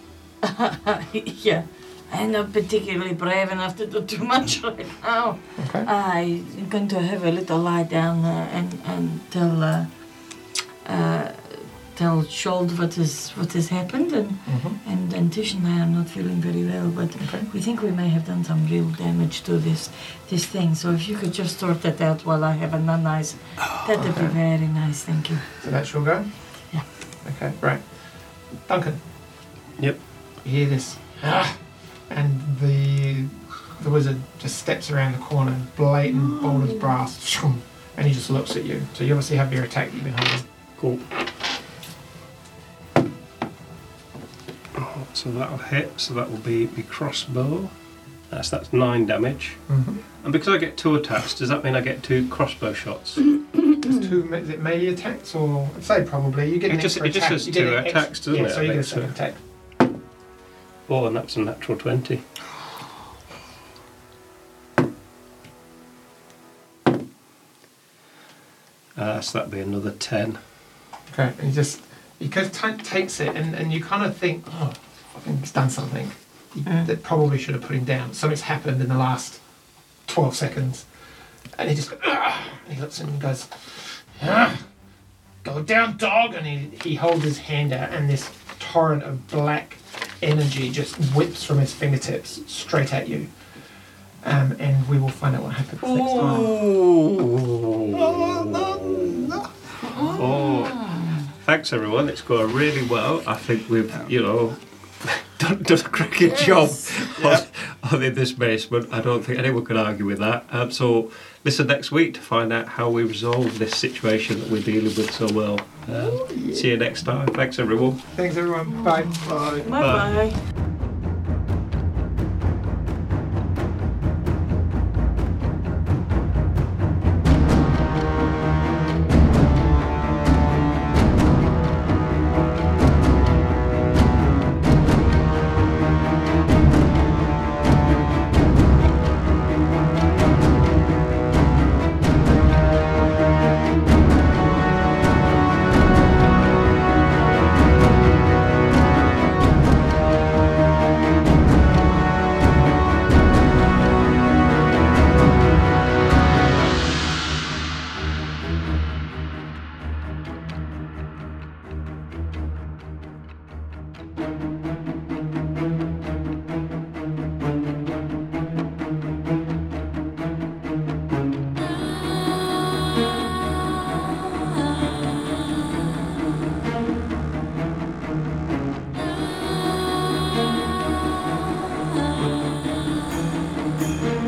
Speaker 3: [LAUGHS] yeah, I'm not particularly brave enough to do too much [LAUGHS] right now.
Speaker 1: Okay.
Speaker 3: I'm going to have a little lie down uh, and and tell uh, uh, tell Schold what has what has happened and
Speaker 1: Mhm.
Speaker 3: and and Tish and I are not feeling very well, but
Speaker 1: Okay.
Speaker 3: we think we may have done some real damage to this this thing. So if you could just sort that out while I have a non eyes, that'd be very nice. Thank you.
Speaker 1: So that's your go?
Speaker 3: Yeah.
Speaker 1: Okay, right. Duncan,
Speaker 2: Yep.
Speaker 1: you hear this. "Ah!" And the the wizard just steps around the corner, blatant bold as brass, shroom, and he just looks at you. So you obviously have your attack that you've been holding.
Speaker 2: Cool. Oh, So that'll hit, so that will be my crossbow. That's that's nine damage.
Speaker 1: Mm-hmm.
Speaker 2: And because I get two attacks, does that mean I get two crossbow shots?
Speaker 1: It's two, me- is it melee attacks or? I'd say probably. You get
Speaker 2: It
Speaker 1: an
Speaker 2: just-
Speaker 1: extra
Speaker 2: it just
Speaker 1: attack.
Speaker 2: says
Speaker 1: you get
Speaker 2: two
Speaker 1: an ex-
Speaker 2: attacks, doesn't
Speaker 1: yeah,
Speaker 2: it?
Speaker 1: so
Speaker 2: I
Speaker 1: you get a
Speaker 2: think
Speaker 1: second attack.
Speaker 2: Oh, and that's a natural 20. Uh, so that'd be another 10.
Speaker 1: Okay, and he just, he kind of ta- takes it and, and you kind of think, oh, I think he's done something. He, That probably should have put him down. Something's happened in the last 12 seconds. And he just goes, "Ugh," and he looks at him and goes, "Ugh, go down, dog. And he, he holds his hand out and this torrent of black energy just whips from his fingertips straight at you. Um, and we will find out what happens next time.
Speaker 2: Oh, thanks everyone. It's going really well. I think we've, you know, [LAUGHS] done, done a cracking job
Speaker 5: Yeah.
Speaker 2: on, on in this basement. I don't think anyone can argue with that. Um, so listen next week to find out how we resolve this situation that we're dealing with so well. Um, See you next time. Thanks everyone.
Speaker 1: Thanks, everyone. Bye. Bye.
Speaker 3: Bye bye.
Speaker 10: Thank you.